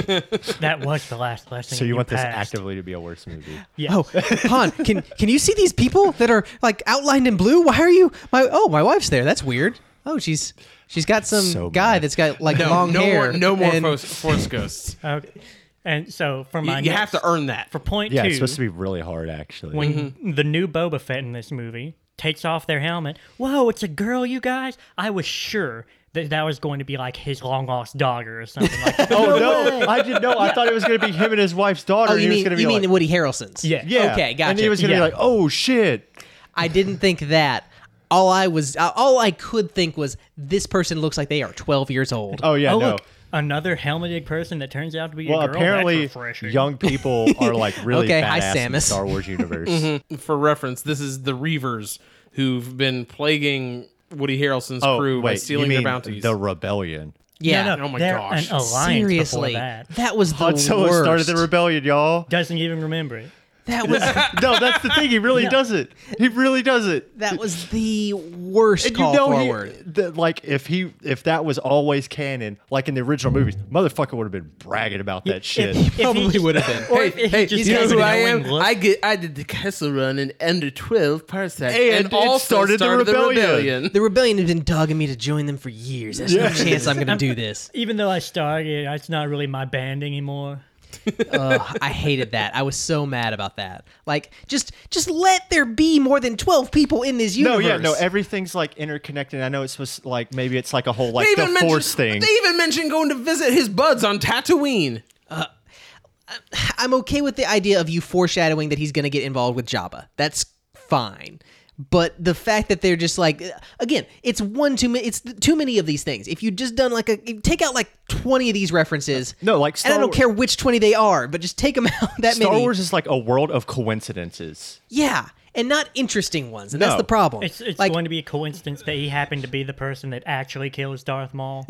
D: that was the last lesson.
E: So you, want this
D: passed.
E: actively to be a worse movie?
D: Yes.
C: Oh, Han, can can you see these people that are like outlined in blue? Why are you my Oh, my wife's there. That's weird. Oh, she's she's got some
E: So
C: guy
E: bad.
C: that's got like
B: No,
C: long
B: no
C: hair.
B: more, no more
C: and-
B: force, force ghosts.
D: Okay. And so for
B: You,
D: my
B: you have
D: next-
B: to earn Mm-hmm. that.
D: for point
E: Yeah,
D: two,
E: it's supposed to be really hard, actually.
D: when the new Boba Fett in this movie takes off their helmet, whoa, it's a girl, you guys! I was sure that that was going to be like his long lost daughter or something like that.
E: oh no, I didn't know. I thought it was going to be him and his wife's daughter.
C: Oh,
E: and he
C: you mean
E: was going to be
C: you mean
E: like,
C: Woody Harrelson's?
D: Yeah.
E: yeah,
C: Okay, gotcha.
E: And he was going to
D: Yeah.
E: be like, oh shit.
C: I didn't think that. All I was, uh, all I could think was, this person looks like they are 12 years old.
E: Oh yeah,
D: Oh,
E: no.
D: look, another helmeted person that turns out to be
E: well,
D: a girl.
E: apparently,
D: That's refreshing.
E: young people are like really
C: Okay, hi,
E: badass in the
C: Samus. Mm-hmm.
E: Star Wars universe.
B: For reference, this is the Reavers who've been plaguing Woody Harrelson's
E: Oh
B: crew
E: wait,
B: by
E: you
B: stealing
E: mean
B: their bounties.
E: The rebellion.
C: yeah.
D: No, no,
B: Oh my
D: they're
B: gosh.
D: An alliance
C: Seriously,
D: Before that.
C: was the
E: Han Solo
C: worst.
E: started the rebellion, y'all.
D: Doesn't even remember it.
C: that was
E: no, that's the thing. He really does it. He really does it.
C: that was the worst
E: And
C: call
E: you know,
C: forward.
E: He, that, like if he if that was always canon, like in the original movies, motherfucker would have been bragging about that shit.
C: Probably would have been.
D: Or if he just
B: you know
D: has
B: who
D: an
B: I
D: knowing
B: am?
D: look.
B: I get I did the Kessel Run in under twelve parsecs,
E: And it started the rebellion.
C: The rebellion has been dogging me to join them for years. There's no chance I'm going to do this.
D: Even though I started, it's not really my band anymore.
C: Ugh, I hated that. I was so mad about that. Like, just just let there be more than twelve people in this
E: no,
C: universe.
E: yeah, no. Everything's like interconnected. I know it's supposed to, like maybe it's like a whole like
B: They
E: the
B: even mentioned
E: force thing.
B: They even mentioned going to visit his buds on Tatooine.
C: I'm okay with the idea of you foreshadowing that he's going to get involved with Jabba. That's fine. But the fact that they're just like again, it's one too many. It's too many of these things. If you just done like a take out like twenty of these references,
E: No, like
C: and I
E: Star
C: don't
E: Wa-
C: care which twenty they are, but just take them out. That
E: Star
C: many.
E: Wars is like a world of coincidences.
C: Yeah, and not interesting ones. And
E: No.
C: that's the problem.
D: It's, it's
C: like,
D: going to be a coincidence that he happened to be the person that actually kills Darth Maul.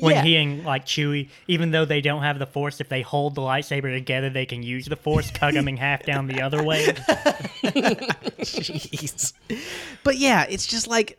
D: When
C: Yeah.
D: he and like Chewie, even though they don't have the Force, if they hold the lightsaber together, they can use the Force, coming half down the other way.
C: Jeez. But yeah, it's just like,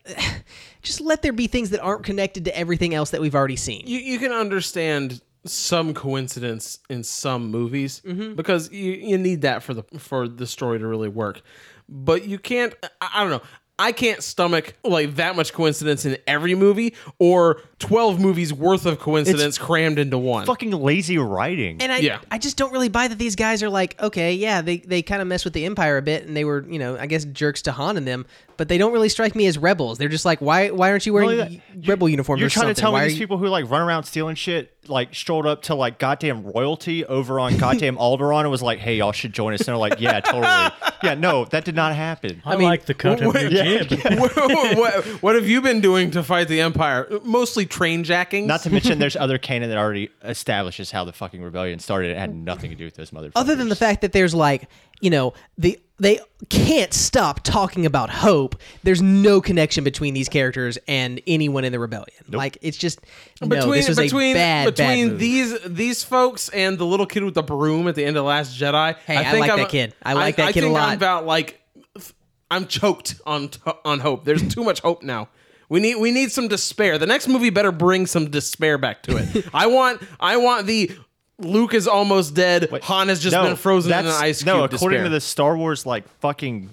C: just let there be things that aren't connected to everything else that we've already seen.
B: you, you can understand some coincidence in some movies because you, you need that for the for the story to really work but you can't I, I don't know i can't stomach like that much coincidence in every movie or 12 movies worth of coincidence crammed into one
E: Fucking lazy writing.
C: and I,
B: Yeah.
C: I just don't really buy that these guys are like, okay, yeah, they, they kind of mess with the Empire a bit, and they were, you know, I guess jerks to Han and them, but they don't really strike me as rebels. They're just like, why why aren't you wearing
E: Not only that,
C: rebel
E: you-
C: uniforms?
E: You're
C: or
E: trying
C: something?
E: to tell
C: why
E: me
C: are
E: these
C: you-
E: people who like run around stealing shit like strolled up to like goddamn royalty over on goddamn Alderaan and was like, "Hey, y'all should join us." And they're like, "Yeah, totally. Yeah, no, that did not happen."
D: I, like the cut of your jib.
B: what, what, what have you been doing to fight the empire mostly train jacking
E: Not to mention, there's other canon that already establishes how the fucking rebellion started. It had nothing to do with those motherfuckers.
C: Mm. other than the fact that there's like you know the they can't stop talking about hope there's no connection between these characters and anyone in the rebellion like it's just no this was a bad
B: between
C: bad move.
B: these these folks and the little kid with the broom at the end of Last Jedi.
C: Hey, I like that kid. I like that kid a
B: think
C: lot.
B: I'm about like I'm choked on t- on hope. There's too much hope now. We need we need some despair. The next movie better bring some despair back to it. I want I want the Luke is almost dead. Han has just
E: No,
B: been frozen in an
E: that's-
B: ice cube.
E: No, according
B: despair.
E: to the Star Wars like fucking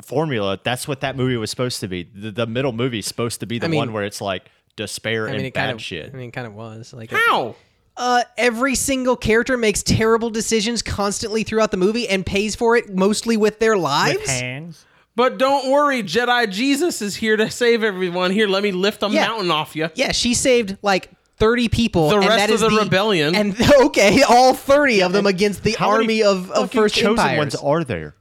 E: formula, that's what that movie was supposed to be. The, the middle movie is supposed to be the
C: mean-
E: one where it's like despair
C: I mean,
E: and
C: it
E: bad
C: kind of.
E: shit.
C: I mean, it kind of was like.
B: How?
C: Uh, every single character makes terrible decisions constantly throughout the movie and pays for it mostly with their lives.
D: With hands.
B: But don't worry, Jedi Jesus is here to save everyone. Here, let me lift a
C: Yeah.
B: mountain off you.
C: Yeah, she saved like 30 people.
B: The
C: and
B: rest
C: that
B: of
C: is
B: the rebellion.
C: And okay, all 30 of them against the army of, of First
E: chosen
C: Empires.
E: ones are there?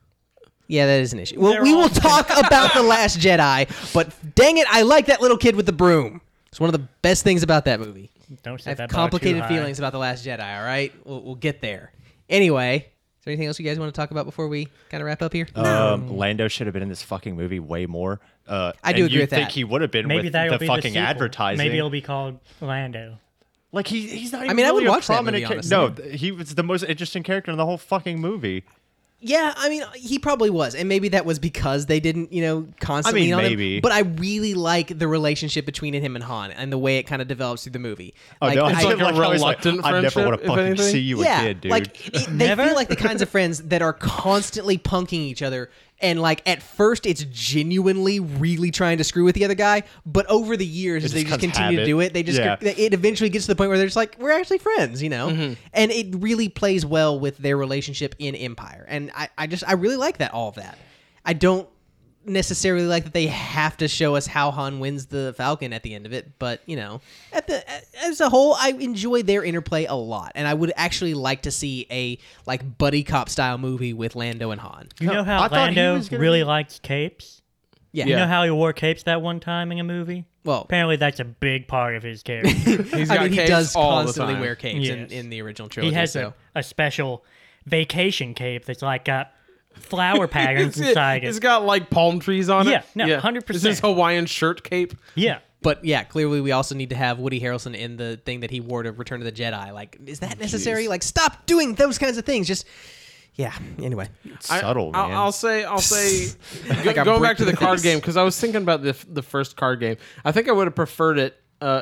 C: yeah, that is an issue. Well,
D: They're
C: we
D: all-
C: will talk about The Last Jedi, but dang it, I like that little kid with the broom. It's one of the best things about that movie.
D: Don't
C: I
D: set
C: have
D: that bar too
C: complicated
D: high.
C: feelings about The Last Jedi, all right? We'll, we'll get there. Anyway, is there anything else you guys want to talk about before we kind of wrap up here?
E: Um, Lando should have been in this fucking movie way more. Uh,
C: I do
E: and
C: agree
E: you
C: with
E: think
C: that.
E: he would have been
D: Maybe
E: with
D: that will
E: the
D: be
E: fucking
D: the sequel.
E: advertising.
D: Maybe it'll be called Lando.
E: like he, he's not. Even
C: mean, I would
E: really a
C: watch that
E: prominent
C: movie,
E: cha- No, th- he was the most interesting character in the whole fucking movie.
C: Yeah, I mean, he probably was, and maybe that was because they didn't, you know, constantly
E: I mean,
C: lean on him.
E: maybe.
C: But I really like the relationship between him and Han, and the way it kind of develops through the movie.
E: Oh
C: like,
E: no,
C: I-
E: I,
B: like a
E: like, I was like,
B: reluctant
E: I never
B: friendship,
E: want
B: if
E: to fucking
B: anything.
E: see you
C: yeah,
E: again, dude.
C: like it- they
D: Never?
C: feel like the kinds of friends that are constantly punking each other, and like at first it's genuinely really trying to screw with the other guy, but over the years as
E: It
C: they just
E: just becomes
C: continue to
E: habit.
C: do it, they just
E: Yeah. Mm-hmm.
C: it eventually gets to the point where they're just like we're actually friends, you know, and it really plays well with their relationship in Empire, and I I just I really like that all of that. I don't necessarily like that they have to show us how Han wins the Falcon at the end of it, but you know, at the as a whole, I enjoy their interplay a lot, and I would actually like to see a like buddy cop style movie with Lando and Han.
D: You know how
E: I thought he
D: Lando
E: was gonna
D: really
E: be-
D: likes capes?
C: Yeah,
D: You know how he wore capes that one time in a movie?
C: well,
D: Apparently, that's a big part of his character.
B: He's
C: I
B: got
C: mean, he
B: capes
C: does
B: all the
C: constantly
B: time.
C: wear capes in,
D: Yes.
C: in the original trilogy.
D: he has
C: so.
D: a, a special vacation cape that's like got flower patterns
B: It's-
D: inside
B: it's
D: it.
B: got like palm trees on it.
D: Yeah, no, 100%.
B: Is this Hawaiian shirt cape?
D: Yeah.
C: But yeah, clearly we also need to have Woody Harrelson in the thing that he wore to Return of the Jedi. Like, is that necessary? Like, stop doing those kinds of things. Just, yeah. Anyway,
E: Subtle,
B: I,
E: man.
B: I'll, I'll say, I'll say, go, going
C: a brick
B: back
C: to
B: to the
C: the
B: card
C: face.
B: game because I was thinking about the f- the first card game. I think I would have preferred it because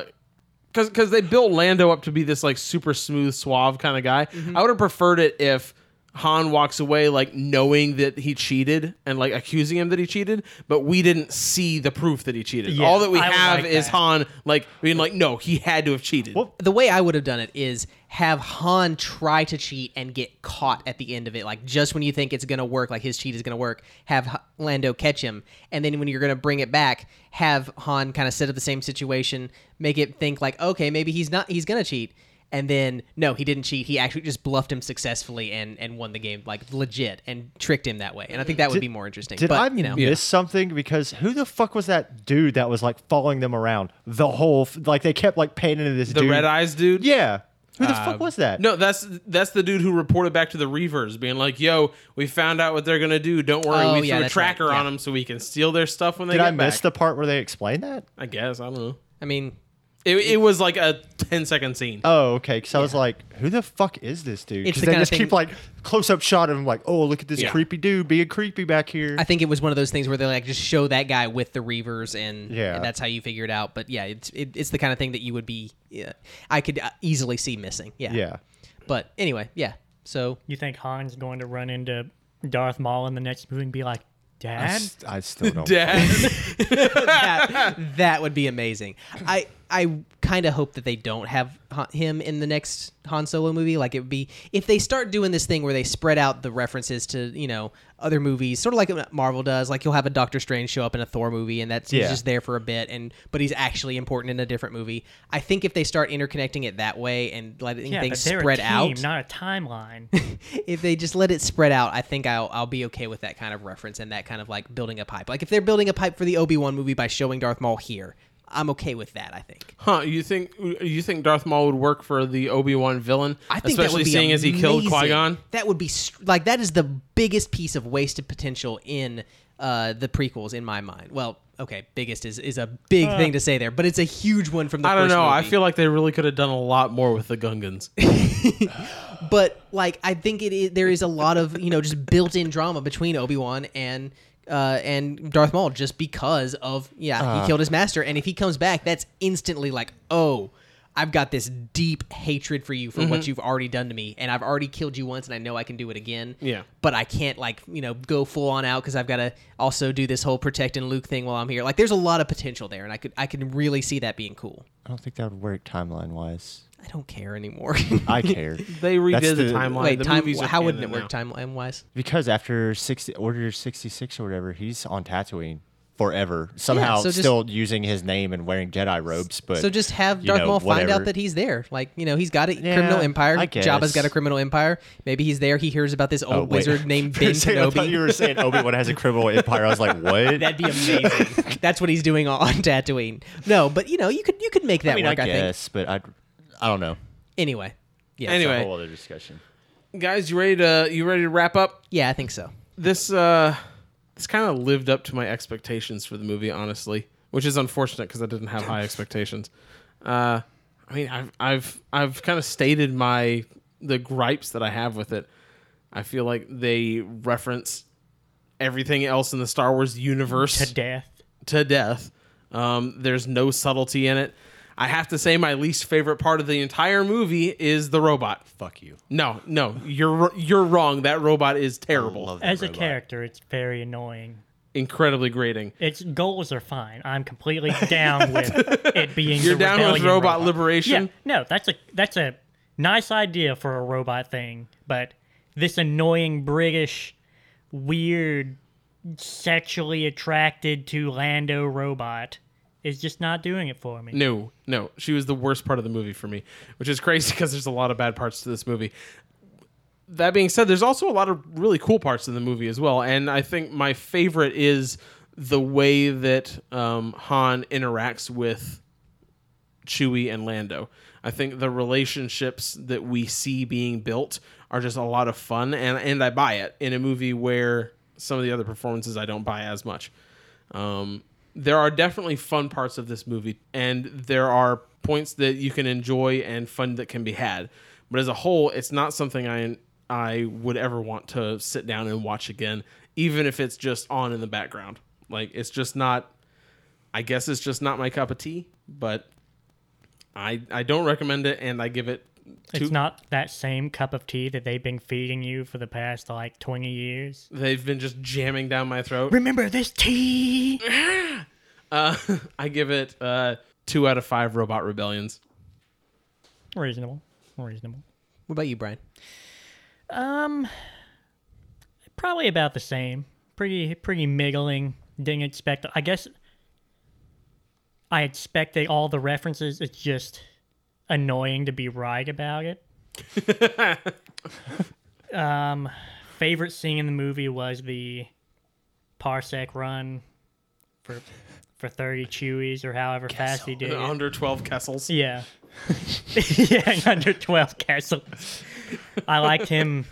B: because they built Lando up to be this like super smooth, suave kind of guy.
D: Mm-hmm.
B: I would have preferred it if Han walks away like knowing that he cheated and like accusing him that he cheated, but we didn't see the proof that he cheated.
D: Yeah,
B: All that we
D: I would
B: have
D: like
B: is
D: that.
B: Han like being like, no, he had to have cheated.
C: the way I would have done it is have Han try to cheat and get caught at the end of it. Like, just when you think it's gonna work, like his cheat is gonna work, have H- Lando catch him, and then when you're gonna bring it back, have Han kind of set up the same situation, make it think like, okay, maybe he's not, he's gonna cheat. And then no, he didn't cheat. He actually just bluffed him successfully and, and won the game like legit and tricked him that way. And I think that would be more interesting.
E: Did
C: but,
E: I
C: you know,
E: miss something? Because who the fuck was that dude that was like following them around the whole? F- like they kept like painting this
B: the
E: dude.
B: red eyes dude.
E: Yeah. Who the
C: Uh,
E: fuck was that?
B: No, that's that's the dude who reported back to the Reavers, being like, "Yo, we found out what they're gonna do. Don't worry,
C: Oh,
B: we
C: yeah,
B: threw a
C: that's
B: tracker
C: right,
B: on
C: yeah.
B: them so we can steal their stuff when they
E: Did
B: get
E: I miss
B: back."
E: the part where they explained that?
B: I guess I don't know.
C: I mean,
B: It, it was like a 10 second scene.
E: Oh, okay. Because I was like, who the fuck is this dude?
C: It's
E: Because
C: the
E: they
C: kinda
E: just keep
C: thing-
E: like close up shot of him, like, oh, look at this
B: Yeah.
E: creepy dude being creepy back here.
C: I think it was one of those things where they like just show that guy with the Reavers, and,
E: Yeah.
C: and that's how you figure it out. But yeah, it's it, it's the kind of thing that you would be, yeah, I could uh, easily see missing. Yeah,
E: yeah.
C: But anyway, yeah. So
D: You think Han's going to run into Darth Maul in the next movie and be like,
E: I,
D: Dad?
E: s- I still don't.
B: Dad,
C: that that would be amazing. I I kind of hope that they don't have Han- him in the next Han Solo movie. Like it would be if they start doing this thing where they spread out the references to you know other movies, sort of like Marvel does. Like you'll have a Doctor Strange show up in a Thor movie, and that's
E: Yeah.
C: he's just there for a bit, and but he's actually important in a different movie. I think if they start interconnecting it that way and letting
D: Yeah, but
C: things
D: they're
C: spread
D: a team,
C: out,
D: not a timeline.
C: if they just let it spread out, I think I'll I'll be okay with that kind of reference and that kind of like building up hype. Like if they're building up hype for the Obi Wan movie by showing Darth Maul here, I'm okay with that. I think.
B: huh? You think you think Darth Maul would work for the Obi Wan villain?
C: I think
B: especially
C: that would be
B: seeing as he killed
C: amazing.
B: Qui Gon.
C: That would be str- like that is the biggest piece of wasted potential in uh, the prequels in my mind. Well, okay, biggest is is a big thing to say there, but it's a huge one from the.
B: I don't
C: first
B: know. I
C: movie.
B: feel like they really could have done a lot more with the Gungans.
C: but like I think it is, there is a lot of you know just built-in drama between Obi Wan and uh, and Darth Maul
B: Uh.
C: just because of yeah he killed his master and if he comes back that's instantly like oh I've got this deep hatred for you for
B: Mm-hmm.
C: what you've already done to me, and I've already killed you once, and I know I can do it again.
B: Yeah.
C: But I can't like you know go full on out because I've got to also do this whole protect and Luke thing while I'm here. Like there's a lot of potential there, and I could I can really see that being cool.
E: I don't think that would work timeline wise.
C: I don't care anymore.
E: I care
B: They redid
E: That's
B: the,
E: the-
B: timeline.
C: Wait,
B: the
C: time,
B: movies are
C: how wouldn't it
B: canon
C: work timeline wise?
E: because after sixty Order sixty six or whatever, he's on Tatooine forever. Somehow,
C: so just-
E: still using his name and wearing Jedi robes. But
C: So just have
E: you
C: Darth
E: know,
C: Maul find
E: whatever.
C: out that he's there. Like you know, he's got a
E: Yeah,
C: criminal empire.
E: I
C: Jabba's got a
E: guess.
C: criminal empire. Maybe he's there. He hears about this
E: Oh,
C: old
E: wait.
C: wizard named
E: For
C: Ben
E: a second, I thought
C: Kenobi.
E: you were saying Obi Wan has a criminal empire. I was like, what?
C: That'd be amazing. That's what he's doing on on Tatooine. No, but you know, you could you could make that
E: I mean,
C: work. I,
E: I
C: think.
E: guess, but I, I don't know.
C: Anyway, yeah.
B: Anyway.
E: It's a whole other discussion.
B: Guys, you ready to you ready to wrap up?
C: yeah, I think so.
B: This uh this kind of lived up to my expectations for the movie, honestly, which is unfortunate because I didn't have high expectations. Uh I mean, I've I've I've kind of stated my the gripes that I have with it. I feel like they reference everything else in the Star Wars universe
D: to death.
B: to death. Um, there's no subtlety in it. I have to say, my least favorite part of the entire movie is the robot.
A: Fuck you.
B: No, no, you're you're wrong. That robot is terrible,
A: Love that
D: As a
A: robot.
D: character, it's very annoying.
B: incredibly grating.
D: Its goals are fine. I'm completely down with it being.
B: You're
D: the
B: down with
D: rebellion
B: robot,
D: robot
B: liberation.
D: Yeah, no, that's a that's a nice idea for a robot thing, but this annoying British, weird, sexually attracted to Lando robot is just not doing it for me.
B: No, no, she was the worst part of the movie for me, which is crazy because there's a lot of bad parts to this movie. That being said, there's also a lot of really cool parts in the movie as well, and I think my favorite is the way that um, Han interacts with Chewie and Lando. I think the relationships that we see being built are just a lot of fun, and and I buy it in a movie where some of the other performances I don't buy as much. Um, there are definitely fun parts of this movie, and there are points that you can enjoy and fun that can be had. But as a whole, it's not something I I would ever want to sit down and watch again, even if it's just on in the background. Like it's just not. I guess it's just not my cup of tea, but I I don't recommend it, and I give it. Two,
D: It's not that same cup of tea that they've been feeding you for the past like 20 years.
B: they've been just jamming down my throat.
D: Remember this tea?
B: Uh, I give it uh, two out of five robot rebellions.
D: Reasonable. Reasonable.
C: What about you, Brian?
D: Um, probably about the same. Pretty pretty middling. Didn't expect. I guess I expected all the references. It's just annoying to be right about it. um, favorite scene in the movie was the parsec run for for thirty chewies or however fast he did. it.
B: Under twelve Kessels.
D: Yeah. yeah, under 12 castle. I liked him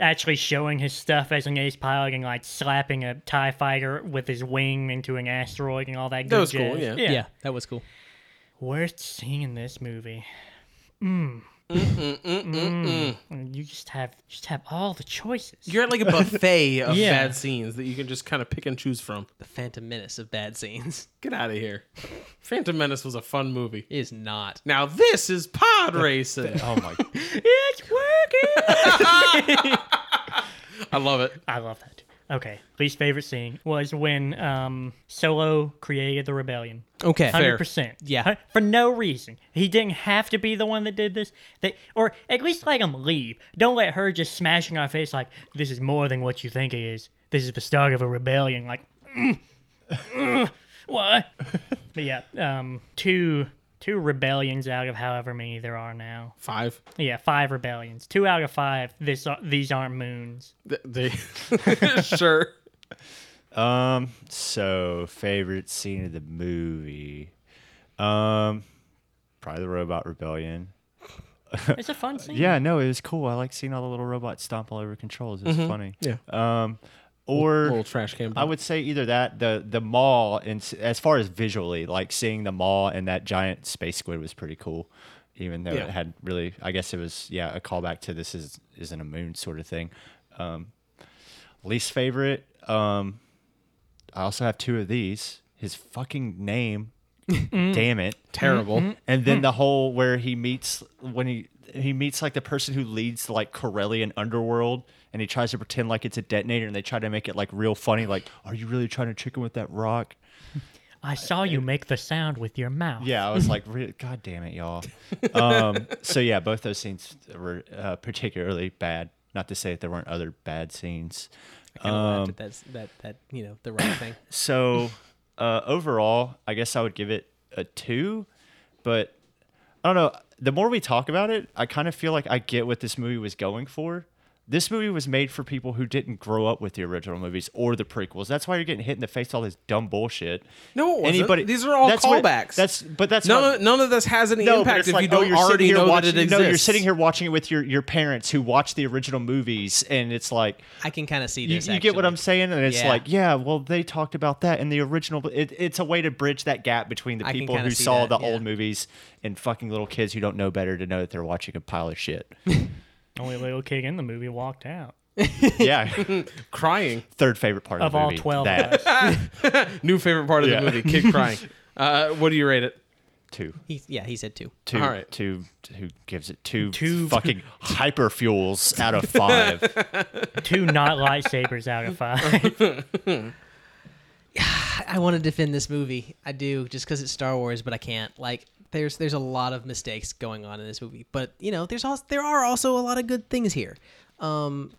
D: actually showing his stuff as an ace pilot and like slapping a TIE fighter with his wing into an asteroid and all that good
B: was cool,
D: jazz.
B: yeah.
C: Yeah, that was cool.
D: Worst scene in this movie. Mm. Mm. You just have just have all the choices.
B: You're at like a buffet of
D: Yeah.
B: bad scenes that you can just kind of pick and choose from.
C: The Phantom Menace of bad scenes
B: Get out of here. Phantom Menace was a fun movie.
C: is not.
B: Now this is pod racing.
E: Oh my!
D: it's working.
B: I love it.
D: I love that. Okay, least favorite scene was when um, Solo created the rebellion.
C: Okay.
D: hundred percent.
C: Yeah.
D: Hun- for no reason. He didn't have to be the one that did this. They or at least let him leave. Don't let her just smash in our face like this is more than what you think it is. This is the start of a rebellion. Like, mm, mm, what? but yeah, um, two two rebellions out of however many there are now.
B: Five.
D: Yeah, five rebellions. Two out of five. This are, these aren't moons.
B: Th- they- sure.
E: Um, so favorite scene of the movie, um, probably the Robot Rebellion.
D: It's a fun scene.
E: Yeah, no, it was cool. I like seeing all the little robots stomp all over controls. It was funny.
B: Mm-hmm. Yeah.
E: Um, or
B: Little trash can.
E: I would say either that the the mall and s- as far as visually, like seeing the mall and that giant space squid was pretty cool. Even though
B: Yeah.
E: it had really, I guess it was yeah a callback to this is isn't a moon sort of thing. Um, least favorite. Um, I also have two of these. His fucking name Damn it. Mm-hmm.
B: Terrible.
E: And then the whole where he meets when he he meets like the person who leads like Corellian underworld and he tries to pretend like it's a detonator and they try to make it like real funny like are you really trying to trick him with that rock?
D: I saw you make the sound with your mouth.
E: Yeah, I was like "Re- god damn it y'all. Um so yeah, both those scenes were uh, particularly bad. Not to say that there weren't other bad scenes.
C: Um, that's that that you know the right thing.
E: So uh, overall, I guess I would give it a two, but I don't know. The more we talk about it, I kind of feel like I get what this movie was going for. This movie was made for people who didn't grow up with the original movies or the prequels. That's why you're getting hit in the face with all this dumb bullshit.
B: No, it wasn't. These are all
E: that's what-
B: callbacks.
E: that's but that's
B: None,
E: not-
B: of, none of this has any
E: no, but
B: impact
E: it's
B: if
E: like,
B: you
E: oh,
B: don't
E: you're sitting
B: already
E: here
B: know
E: watching,
B: that it exists.
E: No, you're sitting here watching it with your, your parents who watch the original movies, and it's like
C: I can kind of see
E: you,
C: this.
E: you get what
C: actually.
E: I'm saying, and it's
C: Yeah.
E: like, yeah, well, they talked about that in the original. but It, it's a way to bridge that gap between the
C: I can
E: people
C: kinda
E: who
C: see
E: saw
C: that,
E: the old
C: yeah.
E: movies and fucking little kids who don't know better to know that they're watching a pile of shit.
D: Only little kid in the movie walked out.
E: yeah,
B: crying.
E: third favorite part of,
D: Of
E: the
D: all
E: movie,
D: 12 of
E: that
D: us.
B: New favorite part of
E: Yeah.
B: the movie, kid crying. Uh, what do you rate it?
E: two,
C: He, yeah, he said two.
E: two,
B: All right.
E: two, who gives it two,
D: Two-
E: fucking hyper fuels out of five.
D: Two not lightsabers out of five.
C: I want to defend this movie. I do, just because it's Star Wars, but I can't. Like, there's there's a lot of mistakes going on in this movie, but you know, there's also there are also a lot of good things here. Um,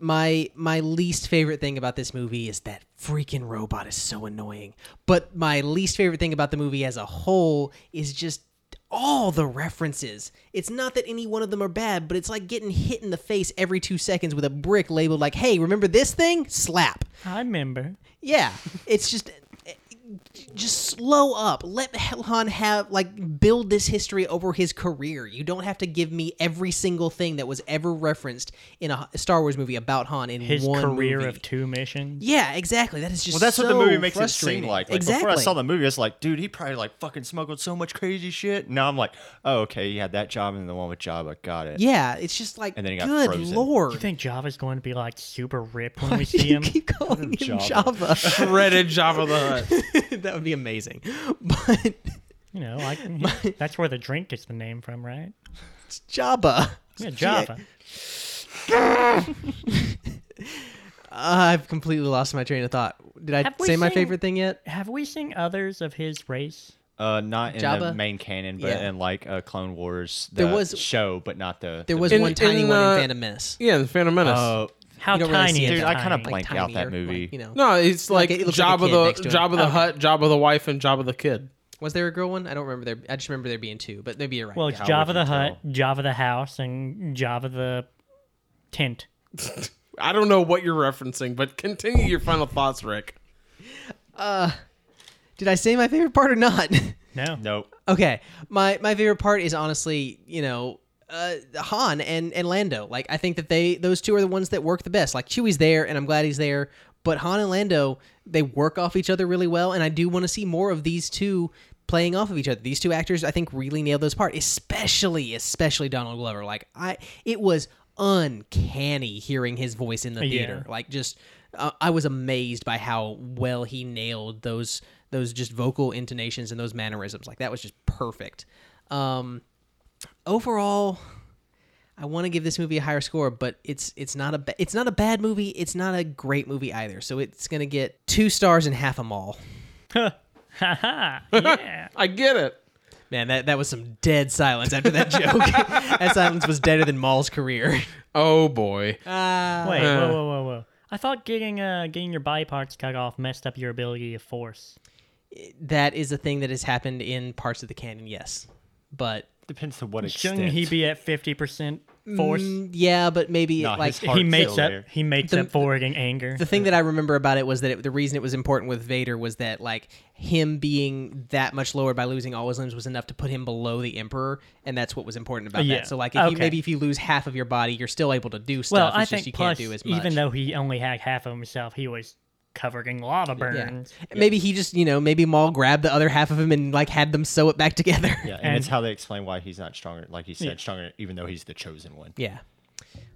C: my my least favorite thing about this movie is that freaking robot is so annoying. But my least favorite thing about the movie as a whole is just all the references. It's not that any one of them are bad, but it's like getting hit in the face every two seconds with a brick labeled like, "Hey, remember this thing? Slap."
D: I remember.
C: Yeah, it's just just slow up. Let Han have like build this history over his career. You don't have to give me every single thing that was ever referenced in a Star Wars movie about Han in
D: His
C: one
D: career
C: movie.
D: of two missions.
C: Yeah, exactly. That is just
E: Well, that's what the
C: so
E: movie makes it seem
C: frustrating.
E: like. Like
C: exactly.
E: before I saw the movie, I was like, dude, he probably like fucking smuggled so much crazy shit. Now I'm like, oh, okay, he had that job and the one with Jabba, got it.
C: Yeah, it's just like
E: And then he got
C: good
E: frozen.
C: lord.
D: You think Java's going to be like super ripped when we see
C: you
D: him?
C: keep calling him Java.
E: Java.
B: Shredded Java the Hutt.
C: that would be amazing. But
D: You know, like that's where the drink gets the name from, right?
C: Jabba.
D: Yeah, Java.
C: I've completely lost my train of thought. Did I
D: Have we
C: say my
D: seen-
C: favorite thing yet?
D: Have we seen others of his race?
E: Uh, not in the
C: Jabba?
E: main canon, but
C: Yeah.
E: in like uh, Clone Wars, the
C: There was-
E: show, but not the.
C: There
E: the
C: was
E: movie.
C: one
B: In-
C: tiny
B: in,
C: one
B: uh,
C: in Phantom Menace.
B: Yeah, the Phantom Menace.
E: Oh,
D: How
C: You don't really
D: tiny
C: see it
D: is
E: dude,
C: that
E: I
D: tiny?
E: kind of blanked out
C: tinier,
E: that movie.
C: like, you know,
B: no, it's like,
C: Like,
B: Job
C: it
B: of
C: looks like a kid
B: the
C: next to him.
B: Job of the Hut, Job of the Wife, and Job of the Kid.
C: was there a girl one? I don't remember there. I just remember there being two, but maybe you're right.
D: Well,
C: yeah.
D: it's Java the hut, Java the house, and Java the tent.
B: I don't know what you're referencing, but continue your final thoughts, Rick.
C: Did I say my favorite part or not?
D: No,
E: Nope.
C: okay, my my favorite part is honestly, you know, uh, Han and and Lando. Like I think that they those two are the ones that work the best. Like Chewie's there, and I'm glad he's there. But Han and Lando, they work off each other really well, and I do want to see more of these two playing off of each other. These two actors, I think, really nailed those part, especially especially Donald Glover. Like I, it was uncanny hearing his voice in the
D: Yeah.
C: theater. Like just, uh, I was amazed by how well he nailed those those just vocal intonations and those mannerisms. Like that was just perfect. Um, overall, I want to give this movie a higher score, but it's it's not a ba- it's not a bad movie. It's not a great movie either. So it's gonna get two stars and half a mall.
B: I get it.
C: Man, that, that was some dead silence after that joke. that silence was deader than Maul's career.
B: Oh boy.
C: Uh,
D: wait, whoa, whoa, whoa, whoa! I thought getting uh getting your body parts cut off messed up your ability to force.
C: That is a thing that has happened in parts of the canon, yes. But
E: Depends to what extent.
D: Shouldn't he be at fifty percent force?
C: Mm, yeah, but maybe
E: Nah,
C: like
E: his
D: he
E: heart's
D: makes
E: still
D: up.
E: there.
D: He makes up for it in anger.
C: the thing that I remember about it was that it, the reason it was important with Vader was that like him being that much lower by losing all his limbs was enough to put him below the Emperor, and that's what was important about
D: Yeah.
C: that. So like if
D: Okay.
C: you, maybe if you lose half of your body, you're still able to do stuff.
D: well,
C: it's
D: I
C: just
D: think
C: you
D: plus,
C: can't do as much.
D: even though he only had half of himself, he was covered in lava burns.
C: Maybe he just, you know, maybe Maul grabbed the other half of him and like had them sew it back together.
E: Yeah, and, it's how they explain why he's not stronger. Like he said, stronger, even though he's the chosen one.
C: Yeah.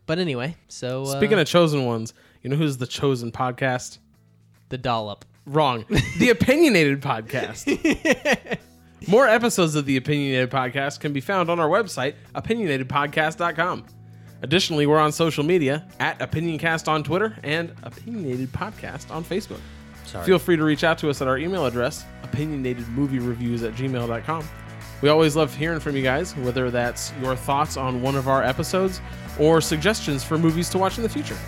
C: But anyway, so uh,
B: Speaking of chosen ones, you know who's the chosen podcast?
C: the dollop,
B: Wrong. The opinionated podcast. More episodes of the Opinionated Podcast can be found on our website, opinionatedpodcast.com. Additionally, we're on social media at OpinionCast on Twitter and Opinionated Podcast on Facebook. Feel free to reach out to us at our email address, opinionatedmoviereviews at gmail.com. We always love hearing from you guys, whether that's your thoughts on one of our episodes or suggestions for movies to watch in the future.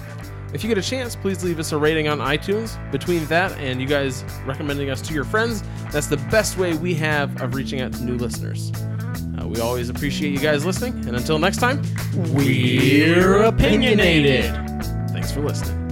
B: If you get a chance, please leave us a rating on iTunes. Between that and you guys recommending us to your friends, that's the best way we have of reaching out to new listeners. Uh, we always appreciate you guys listening, and until next time, we're opinionated. Thanks for listening.